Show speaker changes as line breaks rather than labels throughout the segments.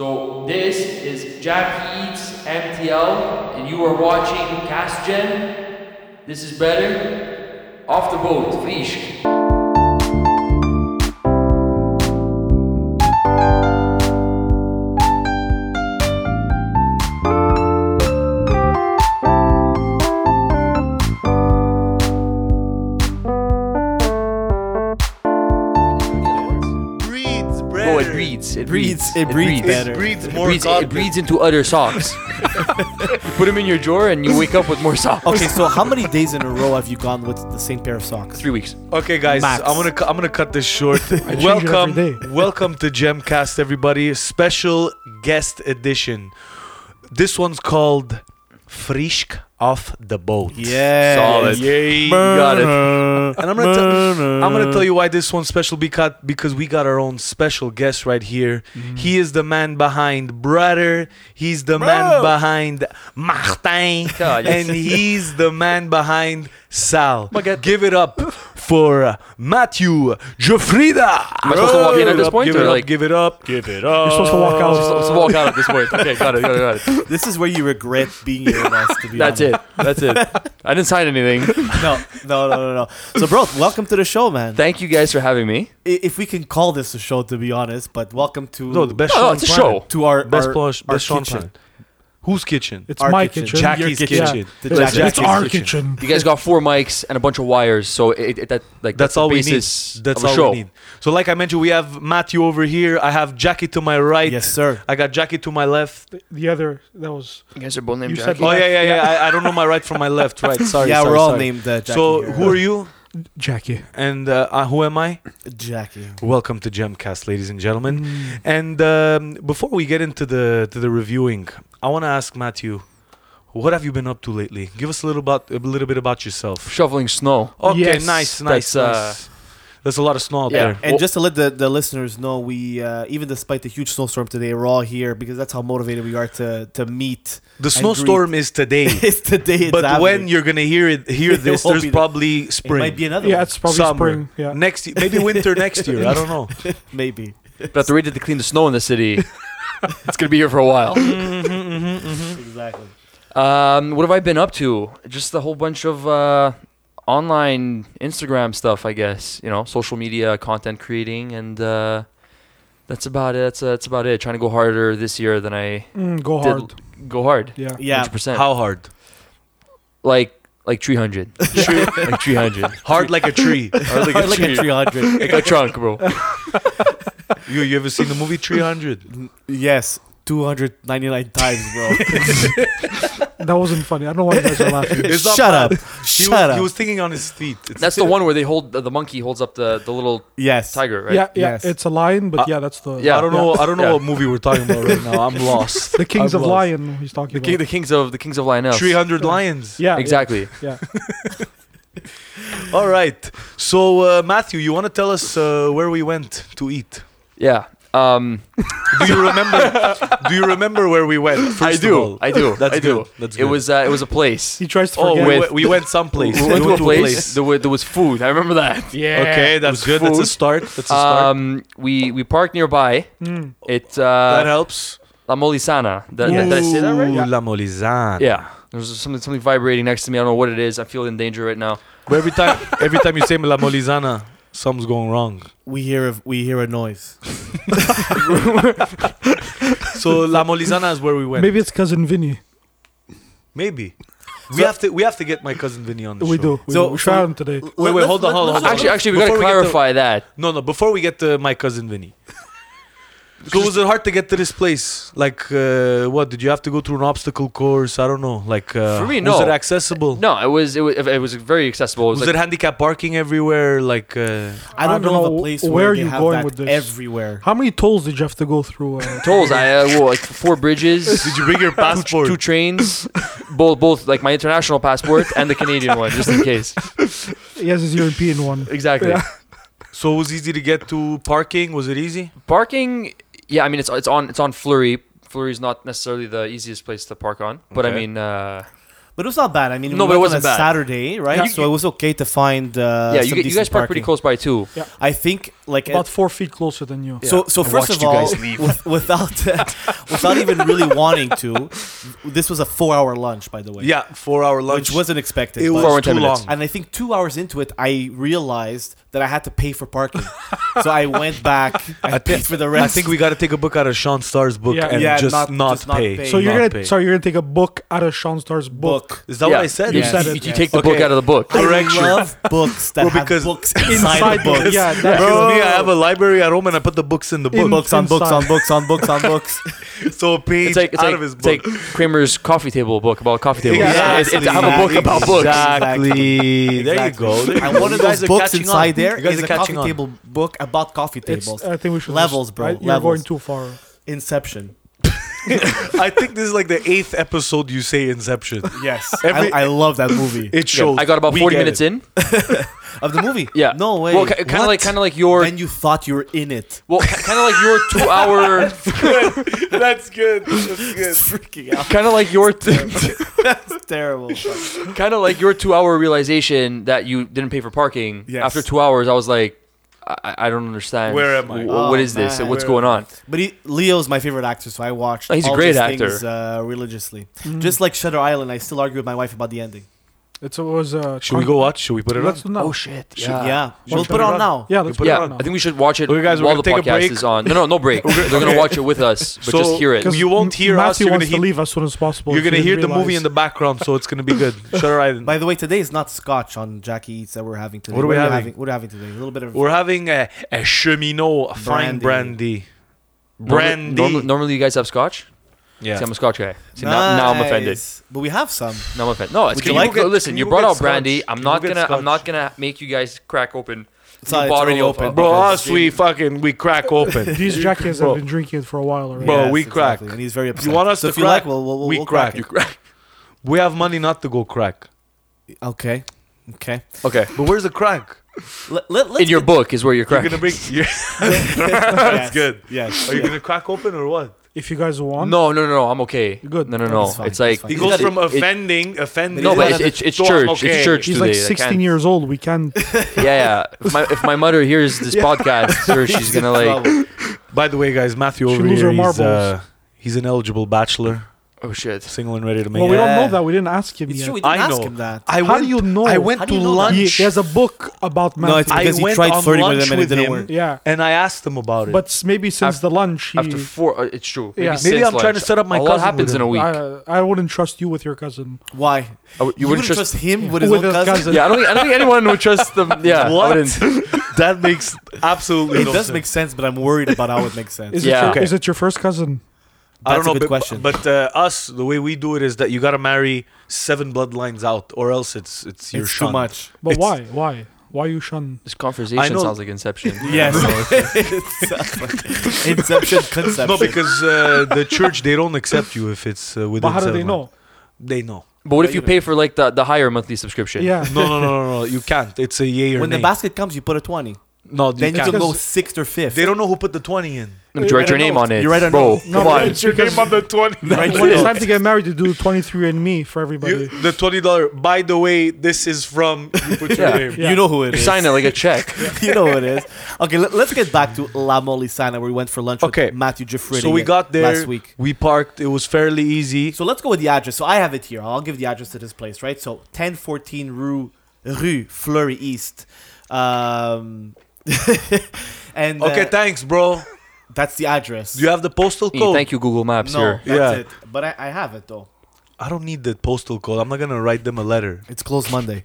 So this is Jack Eats MTL, and you are watching Cast Gen. This is better. Off the boat, Frisch.
breeds bread.
Oh, it breeds. It breeds.
Breeds. It breeds better.
It breeds
It
more
breeds, it
confidence.
breeds into other socks. Put them in your drawer, and you wake up with more socks.
Okay, so how many days in a row have you gone with the same pair of socks?
Three weeks.
Okay, guys,
Max.
I'm gonna cu- I'm gonna cut this short.
change it every
welcome,
day.
welcome to Gemcast, everybody. Special guest edition. This one's called Frischk off the boat.
Yeah.
Solid.
Yay.
Got it.
And I'm gonna tell I'm gonna tell you why this one's special because because we got our own special guest right here.
Mm-hmm.
He is the man behind Brother. He's the man behind Martin,
God, Oh, yes. Oh
and he's the man behind Sal.
Baguette.
Give it up for uh, Matthew Jofrida.
Am I supposed to walk in at this point,
Give
or
it up.
like-
Give it up. Give it up.
You're supposed to walk
Let's,
out.
let's walk out at this point. Okay, got it, got it, got it.
This is where you regret being here with us, to be
That's
honest.
it. That's it. I didn't sign anything.
No, no, no, no, no. So, bro, welcome to the show, man.
Thank you guys for having me.
I- if we can call this a show, to be honest, but welcome to
No, the best
No,
show.
no, Oh,
on
it's a
planet.
show.
to our
Best
our,
show. Best
our
show on
kitchen.
planet. Whose kitchen?
It's
Our
my
kitchen.
kitchen.
Jackie's
your
kitchen.
The
It's
Jackie's
It's our
kitchen.
kitchen.
You guys got four mics and a bunch of wires, so it, it that like
That's
the
all we need.
basis of
That's
a
all
show.
we need. So, like I mentioned, we have Matthew over here. I have Jackie to my right.
Yes, sir.
I got Jackie to my left.
The- The other that was
You guys are both named
You said
Jackie.
Oh yeah, yeah, yeah. I, I don't know my right from my left. Right. Sorry.
yeah,
sorry,
we're all
sorry.
named uh, Jackie.
So,
here.
who are you?
Jackie.
And uh, uh, who am I?
Jackie?
Welcome to Gemcast, ladies and gentlemen. And um, before we get into the to the reviewing, I want to ask Matthew, what have you been up to lately? Give us a little about a little bit about yourself.
Shoveling snow.
Okay,
Yes,
nice, nice,
that's, uh,
nice. There's a lot of snow out
Yeah.
there.
And
Well-
just to let the, the listeners know, we uh, even despite the huge snowstorm today, we're all here because that's how motivated we are to to meet.
The snowstorm is today.
It's today. It's
but when
happening.
you're gonna hear it, hear
It
this,
won't
there's
be the-
probably spring.
it might be another.
Yeah,
one.
it's probably
Summer.
spring. Yeah.
Next year, maybe winter next year. I don't know.
maybe.
But the way that they clean the snow in the city, it's gonna be here for a while.
Mm-hmm, Exactly.
Um, what have I been up to? Just a whole bunch of uh, online Instagram stuff, I guess. You know, social media content creating, and uh, that's about it. That's, uh, that's about it. Trying to go harder this year than I
Mm, go
did.
hard.
Go hard.
Yeah.
Yeah.
100%.
How hard?
Like like 300. like 300.
Hard like a tree.
Hard
Or like a 300.
Like a trunk, bro.
you you ever seen the movie 300?
yes, 299 times, bro.
That wasn't funny. I don't know why you guys are laughing.
It's not
Shut up.
bad. He
Shut
was,
up.
He was thinking on his feet. It's-
That's the one where they hold the, the monkey holds up the, the little
yes.
tiger, right?
Yeah, yeah.
Yes.
It's a lion, but
Uh,
yeah, that's the
yeah.
I don't know. I don't know
Yeah.
what movie we're talking about right now. I'm lost.
the kings
I'm
of
lost.
lion he's talking
The, king,
about.
the kings of the kings of Lionel.
300 lions.
yeah. yeah,
Exactly.
Yeah.
All right. So uh, Matthew, you want to tell us uh, where we went to eat?
Yeah. Um,
Do you remember? do you remember where we went?
I
First of
do.
all?
I do.
That's
I do.
good. That's
It
good.
was uh, it was a place.
He tries to
Oh,
forget.
we,
with-
went- we went someplace.
We went to a place. There was, there was food. I remember that.
yeah.
Okay, that's
It was
good. That's a
food.
start. That's a start.
Um, we we parked nearby.
Mm.
It
that
uh,
helps.
La Molisana. Did, did I say that right?
Ooh, La Molizana.
Yeah. There's something something vibrating next to me. I don't know what it is. I feel in danger right now.
But every time, every time you say La Molizana, something's going wrong.
We hear a, we hear a noise.
So La Molizana is where we went.
Maybe it's cousin Vinny.
Maybe. We have to. We have to get my cousin Vinny on the
We
show.
do. We,
So-
do. we shot him today.
Wait, wait, hold on, hold on, hold on.
Actually, actually, we
Before
gotta
we get to-
clarify that.
No, no. Before we get to my cousin Vinny. So was it hard to get to this place? Like, uh, what did you have to go through an obstacle course? I don't know. Like, uh,
For me,
Was
no.
it accessible?
No, it was it was, it was very accessible. It was,
Was
like,
it handicap parking everywhere? Like, uh,
I don't, know, of a place where,
where
they
you
have
going
that
with this?
everywhere.
How many tolls did you have to go through? Uh,
tolls. I uh, well, like four bridges,
did you bring your passport?
two trains, both both like my international passport and the Canadian one, just in case.
He has his European one.
Exactly.
Yeah.
so it was easy to get to parking. Was it easy?
Parking. Yeah, I mean it's it's on it's on Flurry. Flurry's not necessarily the easiest place to park on, but I
Okay.
mean, uh,
But it was not bad. I mean, we
No, but
went
it
on
wasn't
a
bad.
Saturday, right?
Yeah.
so it was okay to find. Uh,
yeah, you,
some
get- you
decent
guys park pretty
parking.
close by too.
I think like
About four feet closer than you.
So, so
I
first
watched
of
you
all,
guys leave.
with, without without even really wanting to, this was a four-hour lunch, by the way.
Yeah, four hour lunch.
which wasn't expected.
it
but-
Four
was
and
too
ten minutes.
long.
and I think two hours into it, I realized that I had to pay for parking, so I went back. I,
I
paid
think-
for the
I
rest.
think we got to take a book out of Sean Starr's book
Yeah.
and
Yeah,
just,
not-
not,
just not
pay.
pay.
So you're
Not
gonna
pay.
sorry, you're gonna take a book out of Sean Star's book.
book.
Is that
Yeah,
what I said?
You,
Yes. said
you,
it,
you
yes.
take the book
Okay.
out of the book.
Correction.
I love books that
Well,
have
because
books inside the
the book.
books.
Yeah,
Bro,
that's-
me, I have a library at home and I put the books in the
In-
book.
Books on books on
Inside.
books on books on books.
so a page
It's like, it's
out
like,
of his
it's like
book.
Kramer's coffee table book about coffee tables.
Exactly.
It's, it's, I have a book about books.
Exactly. There you go. There you
And
go.
one of
You guys
those
are
books
catching
inside
on.
there
You guys
is
are
a
catching
coffee
on. uh,
table book about coffee
It's,
tables.
I think we should
Levels,
just,
bro,
I- You're
levels.
going too far.
Inception.
I think this is like the eighth episode you say Inception.
Yes,
Every-
I, I love that movie.
It
Yeah,
shows.
I got about
We
40
get
minutes
it.
in.
of the movie.
Yeah.
No way.
Well, kind of
What?
like kind of like your
Then you thought you were in it.
well, kind of like your two hour,
That's good. That's good.
Freaking out.
kind of like your
It's terrible.
kind of like your two hour realization that you didn't pay for parking.
Yes.
After two hours, I was like, I, I- I don't understand.
Where am I?
Wh- what
Oh,
is this?
man.
What's
Where-
going on?
But he, Leo's my favorite actor, so I watched.
Oh, he's a
all
great
these
actor.
Things, uh, religiously,
Mm. Hmm.
just like Shutter Island, I still argue with my wife about the ending.
It's always. Uh,
Should we
con-
go watch? Should we put it on?
Let's do now.
Oh shit! Yeah.
Yeah, we'll
Should
put
we
it on
run?
now.
Yeah, let's put
Yeah,
it on now.
I think we should watch it
Okay, guys, we're
while
gonna
the
take a
podcast
break.
is on. No, no, no break. We're gonna watch it with us, but just
So-
hear it.
Because- you won't hear us,
Matthew
you're gonna
wants to
hear-
leave as soon as possible.
You're
so
gonna
he
hear the movie in
realized-
the background, so it's gonna be good. Shutter Island.
By the way, today is not Scotch on Jackie Eats that we're having today.
What are we
you
having?
What are we having today? A little bit of.
We're having a, a cheminot, a fine brandy.
Normally-
Brandy.
normal- normally, you guys have scotch. See, I'm a scotch guy. See, now, now I'm offended.
Nice. But we have some.
Now I'm offended. No, it's
Would
can
you
you
like
go-
it?
listen.
Can
You
you
brought
get
out brandy.
scotch?
I'm
Can
not
you get
gonna. I'm not
scotch?
gonna make you guys crack open.
It's not-
the
it's
bottle
already
of-
open.
of-
Bro,
because
us, we fucking, we crack open.
These jackets
Bro.
have been drinking it for a while already.
Bro, we crack.
And he's very upset.
You want us
so
to
if you
crack?
like, we'll, we'll, we'll
we
we'll
crack.
crack. it.
We have money not to go crack.
Okay. Okay.
Okay.
But where's the crack?
Let, let, let's
In your
get-
book is where you're
You're
cracking.
gonna bring. you
Yes.
That's good.
Yes.
Are you gonna crack open or what?
If you guys want,
No, no, no, no. I'm okay.
Good.
No, no, no.
It's fine,
It's like
it's fine.
He
It
goes
doesn't-
from
it-
offending, offending.
no, but
doesn't
it's,
have
it's, it's
So I'm
church.
okay.
It's church
he's
today.
like
I can't-
16 years old. We can.
Yeah, yeah. If my, if my mother hears this podcast, sir, she's gonna like.
By the way, guys, Matthew
She
over
lose
here,
her
he's,
marbles.
uh, he's an eligible bachelor,
Oh shit.
single and ready to make.
Well, we
it.
don't know
Yeah.
that. We didn't ask him
It's
yet.
true. We
I
didn't ask
know.
him that.
I
How do you know?
I went
How do
to
you know that?
He,
lunch.
he has a book about Matthew.
No, it's
I
because he
went
tried
on
flirting with
lunch
him and it
with
didn't
him.
work.
yeah,
and I asked him about it.
but s- maybe since the lunch, he,
After four, uh, it's true. Maybe,
Yeah.
since
Maybe I'm trying
lunch.
to set up my
A lot
cousin
happens in
with
a
him.
week.
I, uh, I wouldn't trust you with your cousin.
Why?
I would-
You wouldn't trust him with his
With
own
his
cousin.
cousin.
Yeah, I don't. think- I don't think anyone would trust them. Yeah, I
What?
wouldn't.
that makes absolutely
It
no
does
sense.
make sense, but I'm worried about how it makes sense.
Is
Yeah.
it your,
Okay.
is it your first cousin?
I don't
That's a
know,
good
but,
question.
but uh, us, the way we do it is that you gotta marry seven bloodlines out, or else it's it's your
it's
shunned.
too much.
But
It's-
why? Why? Why you shun?
This
I
conversation
know-
sounds like Inception.
Yes. It's- Inception conception.
No, because uh, the church they don't accept you if it's uh, within.
But how do they
seven
know?
months. They know.
But what if you pay for like the, the higher monthly subscription?
Yeah.
No, no, no, no, no. You can't. It's a yay or
when the
nay.
basket comes, you put a 20.
no, you
Then you
can't.
can go sixth or fifth.
They don't know who put the twenty in.
No, but you write your
I don't
name
know.
on it.
You write a
bro.
note.
No,
come
but
on.
it's because
the twenty.
when it's time to get married, you do 23 and me for everybody.
the twenty dollar. By the way, this is from. You put your
Yeah.
name.
Yeah.
You know who it
You
is.
sign it like a check.
you know who it is. Okay, let, us get back to La Molisana where we went for lunch
Okay.
with Matthew Giffridi.
So we got there.
last week.
We parked. It was fairly easy.
So let's go with the address. So I have it here. I'll give the address to this place, right? So 1014 Rue, Rue Fleury East. Um, and uh,
Okay, thanks, bro.
that's the address.
Do you have the postal
Hey,
code?
thank you, Google Maps.
no,
Here.
that's
Yeah.
it. But I, I have it though.
I don't need the postal code. I'm not gonna write them a letter.
It's closed Monday,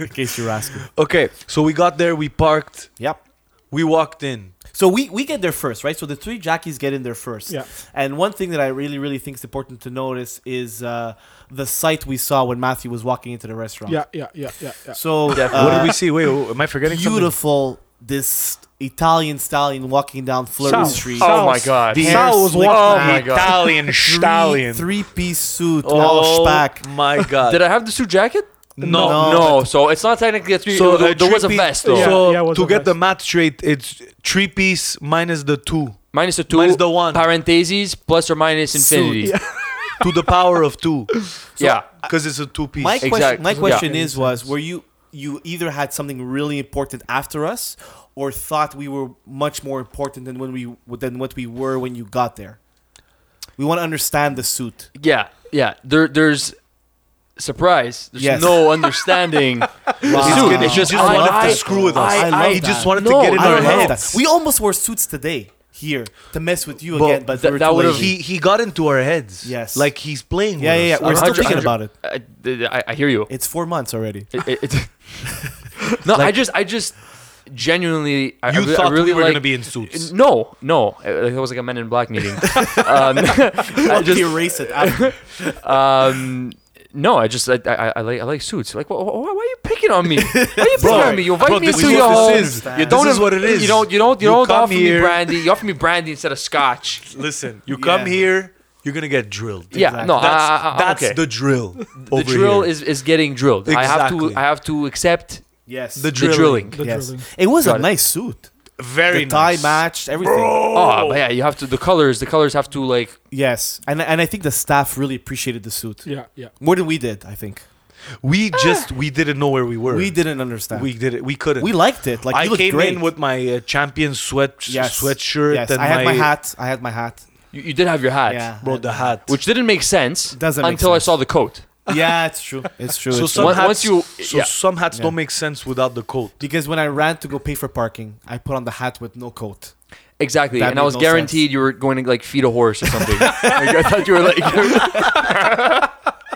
in case you're asking.
Okay, so we got there. We parked.
Yep.
We walked in.
So we, we get there first, right? So the three Jackies get in there first.
Yeah.
And one thing that I really, really think is important to notice is uh, the sight we saw when Matthew was walking into the restaurant.
Yeah, yeah, yeah, yeah, yeah.
So
what did
uh,
we see? Wait, oh, am I forgetting something?
beautiful this Italian stallion walking down Fleury
Sal.
Street.
Oh my god.
The
Sal
hair
was
slicked
Oh
back,
my god.
Italian stallion.
Three piece suit, all
oh
spack.
my god.
Did I have the suit jacket?
no,
Uh, No.
No, so it's not technically a three.
So
there,
a
oh, there was a
three-piece-
vest though.
Yeah.
So
it was
to
a
get
vest.
the math straight, it's three piece minus the two
Minus the two.
Minus the one.
Parentheses plus or minus
Suit.
infinity. Yeah.
to the power of two. because it's a two piece.
My question,
Exactly.
my
Yeah.
question
Yeah.
is was were you you either had something really important after us or thought we were much more important than when we than what we were when you got there. We want to understand the suit.
Yeah, yeah. There, there's surprise. There's
Yes.
no understanding.
Wow.
Dude,
He
it's
just
just
wanted
I-
to screw with us.
I-
I love
he just
that.
wanted
No,
to get in
I
our
don't know.
heads.
We almost wore suits today here to mess with you
But
again, but
that-
we were
that
too
would've-
lazy.
He he got into our heads.
Yes.
Like he's playing.
Yeah,
with
yeah, yeah.
us.
We're still
hundred-
thinking
hundred-
about it.
I, I, I hear you.
It's four months already.
It- it- it- no, I just, I just genuinely, I, I
You
re- I
thought
really
we were
like,
gonna be in suits.
No, no, it, it was like a Men in Black meeting. um, I
I'll
just,
erase it. after.
um, no, I just, I, I, I like, I like suits. Like, wh- wh- why are you picking on me? Why are you picking on me? You invite
bro,
me
this
into
is
your
what
home.
this is.
You
Yeah,
don't
this is
inv-
what it is.
You don't, you don't, you,
You
don't
come
offer
here-
me brandy. You offer me brandy instead of scotch.
Listen, you come
Yeah.
here, you're gonna get drilled.
Yeah, no, I-
that's,
I- I-
that's
okay.
the drill.
the
over
drill
here.
is, is getting drilled. I have
Exactly.
to I have to accept
yes.
the
the
Drilling.
drilling.
The
yes.
drilling.
It was
Got
a
it.
nice suit.
very
the tie
nice.
matched, everything.
Oh, but yeah, you have to the colors. The colors have to like
Yes, and and I think the staff really appreciated the suit
Yeah, yeah.
more than we did. I think
We just we didn't know where we were.
we didn't understand.
we
We
did it. We couldn't.
we liked it. Like you
I
looked
came
great.
in with my uh, champion sweat
Yes.
sweatshirt.
yes,
and
I had my hat. I had my hat.
you, you did have your hat,
Yeah,
Bro, the hat.
which didn't make sense
Doesn't make
until
sense.
I saw the coat.
yeah, it's true. It's true.
so
it's true.
some
Once-
hats,
once you-
so
yeah.
some hats
Yeah.
don't make sense without the coat.
because when I ran to go pay for parking, I put on the hat with no coat.
Exactly,
That
and I
made
was
no
guaranteed you were going to like feed a horse or something. Like, I thought you were like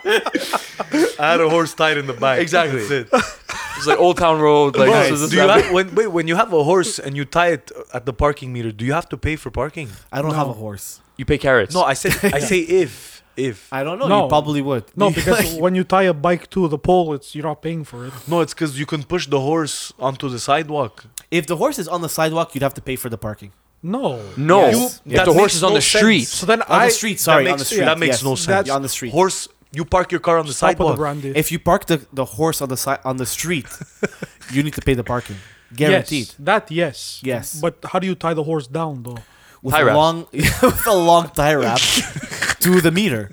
I had a horse tied in the back.
Exactly.
That's it.
it's like Old Town Road. Like
Bro,
this, is
do you have, when wait, when you have a horse and you tie it at the parking meter? Do you have to pay for parking?
I don't have a horse.
you pay carrots.
No, I said I say if if
I don't know. You
No.
probably would.
No, because when you tie a bike to the pole, it's you're not paying for it.
no, it's because you can push the horse onto the sidewalk.
if the horse is on the sidewalk, you'd have to pay for the parking.
No.
no.
Yes.
If
Yeah.
That
the
makes
horse is on
no
the street,
sense.
So then
On
I
the street, sorry,
that
on the
makes,
street.
that makes
yes.
no sense.
Yeah, on the street.
Horse, you park your car on the
stop with the
sidewalk.
brandy.
If you park the, the horse on the si- on the street, you need to pay the parking. Guaranteed.
Yes, that yes.
Yes.
But how do you tie the horse down though?
With
Tie
a
wraps.
long with a long tie wrap to the meter.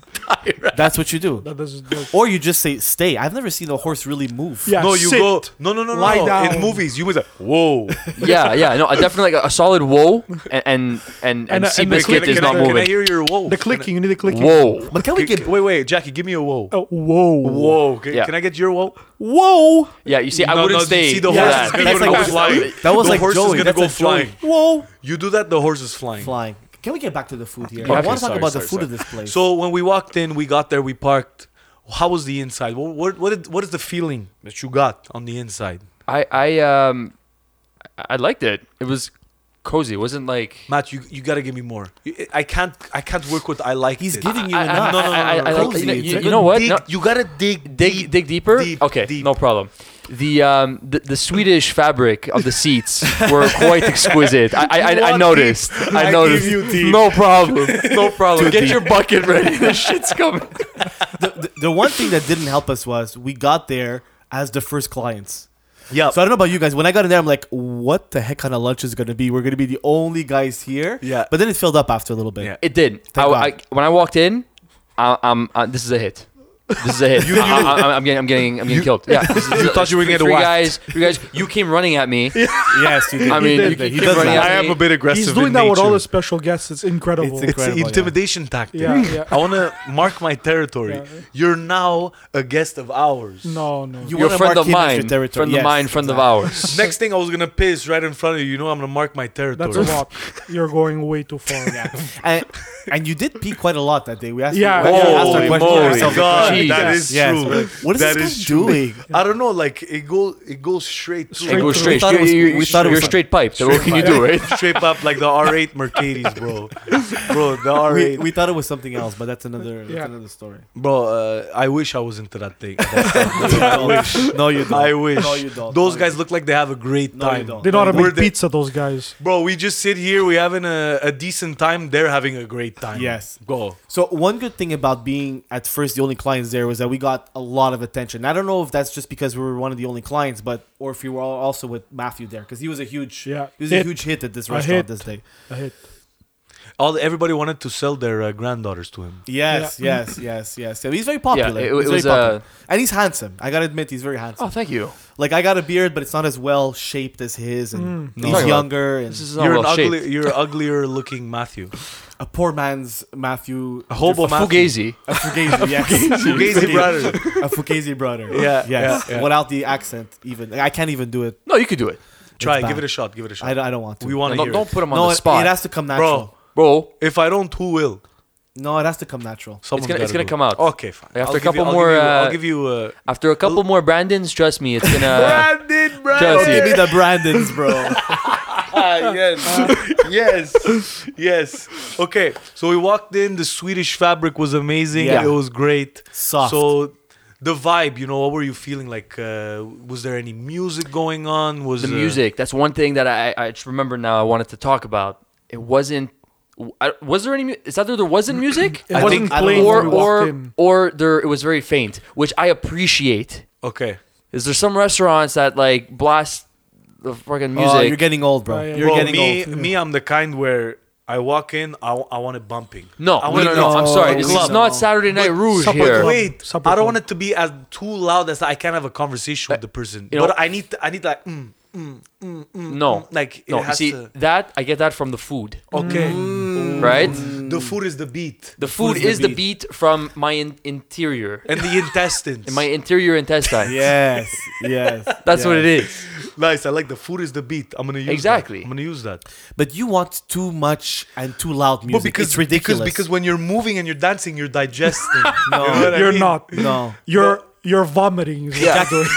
That's what you do.
That doesn't. Like,
Or you just say stay. I've never seen a horse really move.
yeah.
no, you
sit.
go. No, no, no, no.
Lie
no. In
down.
movies, you was like, whoa.
yeah, yeah, no, I definitely like a, a solid whoa, and and and, and,
And, uh,
sea
and the
biscuit
click-
is
can,
not
I, Can I
moving.
hear your whoa?
The
Can I-
clicking. You need the clicking.
Whoa,
But can we
Can-
get
wait, wait, Jackie, give me a whoa.
Oh, whoa.
Whoa. Can,
Yeah.
can I get your whoa?
Whoa.
yeah, you see, I
No,
wouldn't
no,
stay.
See, the
for
Yeah,
horse is
that.
gonna
that's
go
like-
flying.
that was
the
like
horse
Joey,
is gonna
that's
go
like Joey.
flying.
Whoa.
You do that, the horse is flying.
flying? Can we get back to the food here?
Yeah,
I
okay,
want to talk
sorry,
about the
sorry,
food
sorry.
of this place.
So when we walked in, we got there, we parked. How was the inside? What what, what, did, what is the feeling that you got on the inside?
I I um I I liked it. It was cozy. It wasn't like
Matt, you, you gotta give me more. You- I can't I can't work with I like.
He's
it.
giving you
I- I-
enough.
I- I- I- I like-
Cozy,
you know-
it's
you-
a
you know what?
Dig-
No.
You gotta dig
dig
deep.
dig deeper.
deep,
okay,
deep.
no problem. The um the, the Swedish fabric of the seats were quite exquisite. I I,
You
I, I
want
noticed. I
I
noticed.
give you deep.
No problem. No problem. Get your bucket ready. This shit's coming.
the, the, the one thing that didn't help us was we got there as the first clients.
Yeah.
So I don't know about you guys. When I got in there, I'm like, what the heck kind of lunch is going to be? We're going to be the only guys here.
Yeah.
But then it filled up after a little bit.
Yeah.
It did. I,
God.
I- when I walked in, I, I'm uh, this is a hit. This is a hit. I, I, I'm getting I'm getting I'm getting killed. Yeah. This is,
you thought you were gonna get
three
whacked.
guys. You guys. You came running at me.
yes, you did.
I
He
mean,
did
you
that. He
keep
does
running
that.
out.
I am a bit aggressive.
He's doing
in
that with all
nature.
his special guests. It's incredible.
It's
It's
an
Incredible, yeah.
intimidation tactic.
Yeah, yeah.
I wanna mark my territory.
Yeah.
You're now a guest of ours.
no, no.
You
You're
wanna
a friend
mark
of
him as your
mine. Friend
territory.
of
Yes,
mine. Friend of ours.
Next thing I was gonna piss right in front of you. You know I'm gonna mark my territory.
That's a lot. You're going way too far.
and, and you did pee quite a lot that day. We asked.
Yeah.
we asked our
Holy
question-
moly.
ourselves a
God,
question.
that
Jesus.
is
Yes.
true.
What is
That
this
is
guy
true.
doing?
I don't know. Like it go, it goes straight.
It
Straight
goes
through.
straight.
We thought it was-
You're- you're-
we thought it
you're
was-
straight piped. So what can you do, right?
straight up like the R8 Mercedes, bro. Bro, the
We,
R8.
we thought it was something else, but that's another
Yeah.
that's another story.
bro, uh, I wish I was into that thing.
No, no, you don't.
I wish.
No, you don't.
Those
No,
guys
you
look like they have a great
No, you
time.
don't.
They know how to
Were
make
they-
pizza. Those guys.
Bro, we just sit here. We having a, a decent time. They're having a great time.
Yes.
Go.
So one good thing about being at first the only clients there was that we got a lot of attention. I don't know if that's just because we were one of the only clients, but or if we were all also with Matthew there because he was a huge
Yeah.
he was a
Hit.
huge hit at this
A
restaurant
hit.
this day.
I hate.
all everybody wanted to sell their uh, granddaughters to him.
Yes,
Yeah.
yes, yes, yes. Yeah, he's very popular.
Yeah, it, it
he's very
was.
popular.
Uh,
and he's handsome. I gotta admit, he's very handsome.
oh, thank you.
Like I got a beard, but it's not as well shaped as his, and
Mm.
No.
he's
Sorry about-
younger. And
This is not
You're an
well
ugly,
shaped.
you're an uglier looking Matthew.
a poor man's Matthew.
A hobo
A fugazi.
A fugazi, yes.
Fugazi brother.
A fugazi brother.
Yeah,
Yes.
yeah, yeah.
Without the accent, even I can't even do it.
No, you could do it.
Try,
It's
give
bad.
it a shot. Give it a shot.
I don't, I don't want to.
we want to
No,
hear.
don't put him on
no,
the
it-
spot,
It has to come natural.
bro.
Bro, if I don't, who will?
No, it has to come natural.
It's
Someone's
gonna, it's gonna
gotta do
come out
it. Okay, fine.
After a
I'll give
couple
you- I'll
more,
give you-
uh,
I'll give you. Uh,
after a couple more Brandons. Trust me, it's gonna.
Brandon,
Don't
Give me
Chelsea.
Brandon.
the Brandons, bro.
Uh, yes, yes, yes. Okay, so we walked in. The Swedish fabric was amazing.
Yeah.
It was great.
Soft.
So the vibe, you know, what were you feeling like? Uh, was there any music going on? Was
the
uh,
music. That's one thing that I, I just remember now. I wanted to talk about. It wasn't. I, was there any? mu- It's either there wasn't music,
It
I
wasn't
think-
think,
I don't
playing
know.
or
when we walked
or
in.
or there. It was very faint, which I appreciate.
Okay.
Is there some restaurants that like blast the fucking music?
Oh, you're getting old, bro.
Oh, yeah.
You're
Well,
getting
me,
old.
me, I'm the kind where I walk in, I, I want it bumping.
no,
I
no,
want
no,
it
no. I'm
bumping.
sorry.
No,
This
club.
is not Saturday Night Rouge
supper
here.
But
club.
wait,
Supper
I don't
club.
want it to be as too loud as I can't have a conversation with the person.
you know-
but I need, I need like, mm, mm, mm, mm,
No.
mm, like
No,
it
you
has
see
to.
that I get that from the food,
Okay,
right?
the food is the beat
Mm. The food is the beat from my in- interior,
and the intestines.
my interior intestine.
Yes, yes.
That's what
yes.
it is.
nice, I like the food is the beat. I'm gonna use that.
Exactly.
I'm gonna use that.
But you want too much and too loud music.
But because
it's ridiculous.
because because when you're moving and you're dancing, you're digesting.
No.
what I
You're
mean?
not.
no,
You're you're vomiting. is what
Yeah.
you're doing.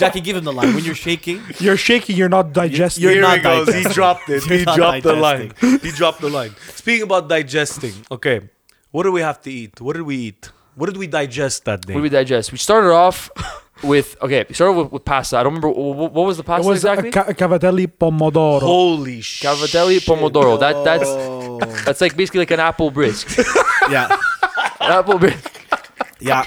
Jackie, give him the line. When you're shaking,
You're shaking. You're not digesting.
you're
Here
not
he goes.
digesting.
He dropped it.
You're
he
not
dropped the line. He dropped the line. Speaking about digesting, okay, what do we have to eat? What did we eat? What did we digest that day?
What do we digest? We started off with okay. We started with, with pasta. I don't remember what, what was the
it
pasta
was
exactly.
a ca- cavatelli pomodoro.
Holy shit!
Cavatelli pomodoro. That that's
Oh.
that's like basically like an apple brisk. An
yeah,
apple brisk.
yeah.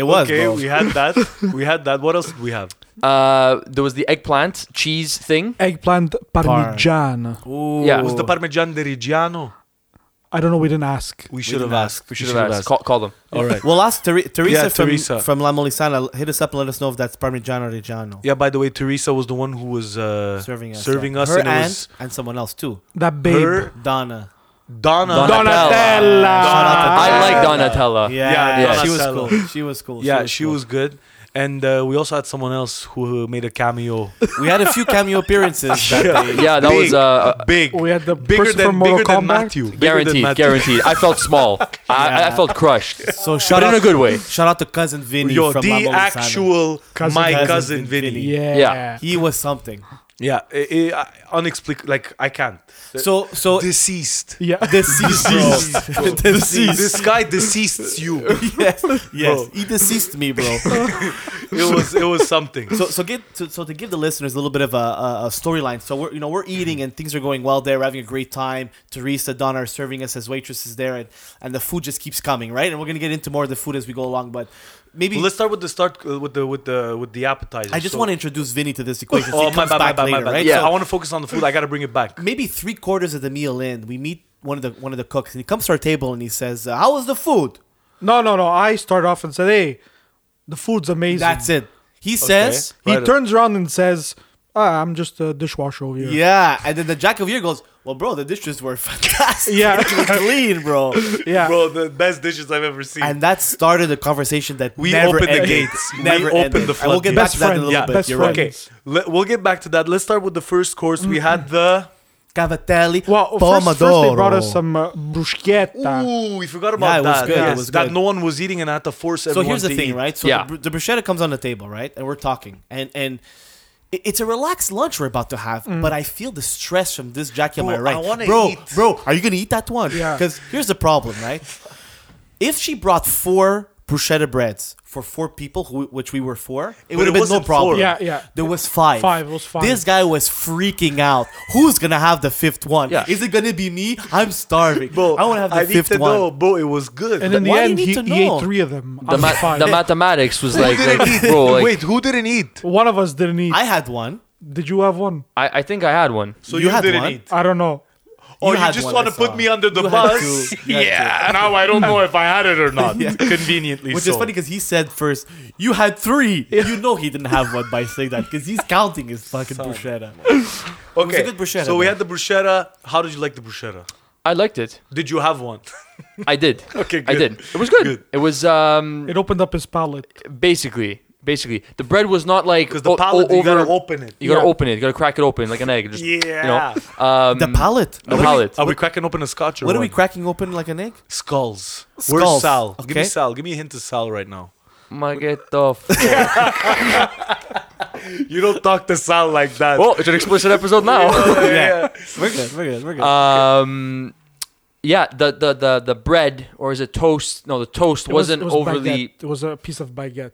It was,
Okay,
bro.
we had that. We had that. What else did we have?
Uh, there was the eggplant cheese thing.
Eggplant parmigiana.
Ooh.
Yeah.
Was the Parmigiano di Reggiano?
I don't know. We didn't ask.
We
should've asked.
We
Should have asked. Call, call them.
All right.
Well, ask Ter- Teresa,
Yeah,
from,
Teresa.
from La Molisana. Hit us up and let us know if that's Parmigiano Reggiano.
Yeah. By the way, Teresa was the one who was uh,
Serving us.
serving
yeah.
us,
Her
and it
aunt
was
and someone else, too.
That babe.
her
Donna.
Donna.
Donatella. I like Donatella.
Yeah,
Yeah,
yeah.
she was
Donatella.
cool. She was cool.
Yeah, she
cool.
was good. And uh, we also had someone else who made a cameo.
We had a few cameo appearances that day.
Yeah, that was
Big.
uh,
Big.
We had the
bigger
person
than,
from
bigger
Mortal
than
Kombat.
Matthew. Bigger than
guaranteed.
Matthew.
Guaranteed. I felt small. I, I
Yeah.
felt crushed,
So shout
but in
out,
a good way.
shout out to cousin Vinny
Yo,
from La
the
Molisana.
actual
Cousin-
my cousin,
cousin
Vinny.
Yeah.
Yeah.
He was something.
Yeah, eh, i i unexplicable. Like I can't.
So so
deceased.
Yeah.
deceased.
Deceased,
bro. deceased.
This guy deceased you.
yes, yes.
Bro.
He deceased me, bro.
It was it was something.
so so get so, so to give the listeners a little bit of a, a, a storyline. So we're you know we're eating and things are going well there. We're having a great time. Teresa Donna are serving us as waitresses there, and and the food just keeps coming, right? And we're gonna get into more of the food as we go along, but maybe.
Well, let's start with the start uh, with the with the with the appetizer.
I just
So-
want to introduce Vinny to this equation. so
Oh
he
my
comes
bad, my
back
bad, my
later,
bad.
right?
Yeah,
So-
I want to focus on the food. I got to bring it back.
maybe three quarters of the meal in, we meet one of the one of the cooks, and he comes to our table and he says, uh, "How was the food?"
No, no, no. I start off and said, "Hey, the food's amazing."
That's it. He says,
He
Right.
turns around and says, ah, "I'm just a dishwasher over here."
"Yeah," and then the jack of ear goes, "Well, bro, the dishes were fantastic.
Yeah.
They were clean, bro."
yeah.
Bro, the best dishes I've ever seen.
And that started a conversation that
We
never
opened the
ended.
gates. We
Never
opened
ended.
the
And we'll get back
floodgates.
to that in a little
Best friend,
bit.
yeah, best
You're right.
okay, le- we'll get back to that. Let's start with the first course. We had the
Cavatelli.
Well, first, first they brought us some uh, bruschetta.
ooh, we forgot about
Yeah, it was
that.
good, it
Yes,
was
that
good.
no one was eating, and I had to force
So
everyone.
here's the
to
thing,
eat.
right? So
Yeah.
the, br- the bruschetta comes on the table, right? And we're talking, and and i- it's a relaxed lunch we're about to have.
Mm.
But I feel the stress from this Jackie on
Bro,
my right.
I wanna
bro,
eat.
bro, are you gonna eat that one?
Yeah.
Because here's the problem, right? If she brought four bruschetta breads for four people, who, which we were four, it would have been no
wasn't
problem.
four.
Yeah, yeah.
There was five.
Five, it was five.
This guy was freaking out. Who's gonna have the fifth one?
Yeah.
Is it gonna be me? I'm starving.
Bro,
I want to have the
I need
fifth
to
one.
Know, bro, it was good.
And in the
why do you
end,
need
he,
to
he
know?
ate three of them.
The,
out of
ma-
five.
the mathematics was like,
didn't
like,
eat?
bro, like
Wait, who didn't eat?
One of us didn't eat.
I had one.
Did you have one?
I, I think I had one.
So
You had one?
I don't know.
Oh, you,
had
just
one,
want
I
to put
saw.
me under the
You had
bus?
two. You had
Yeah. Now I don't know if I had it or not.
Yeah.
Conveniently
Which
so.
is funny because he said first, "You had three. You know he didn't have one by saying that because he's counting his fucking bruschetta. was a
Okay.
good bruschetta,
so we
though.
had the bruschetta. How did you like the bruschetta?
I liked it.
Did you have one?
I did.
Okay,
I
good.
did. It was good.
Good.
It was um
It opened up his palate.
basically basically the bread was not like
Because the
o-
palate,
o-
you gotta
over-
open it.
You gotta
Yeah.
open it. You gotta crack it open like an egg. Just,
Yeah.
You know, um,
The palate.
the palate.
Are we cracking open a scotch or
What are we
what?
cracking open like an egg?
Skulls. Where's
Skulls.
Sal? Give me
Okay.
Sal. Give me a hint of Sal right now.
My get the f-
You don't talk to Sal like that.
Well, it's an explicit episode now.
yeah.
We're good. We're good. We're good.
um, yeah, the, the the the bread or is it toast? No, the toast
It was-
wasn't
it was
overly.
baguette. It was a piece of baguette.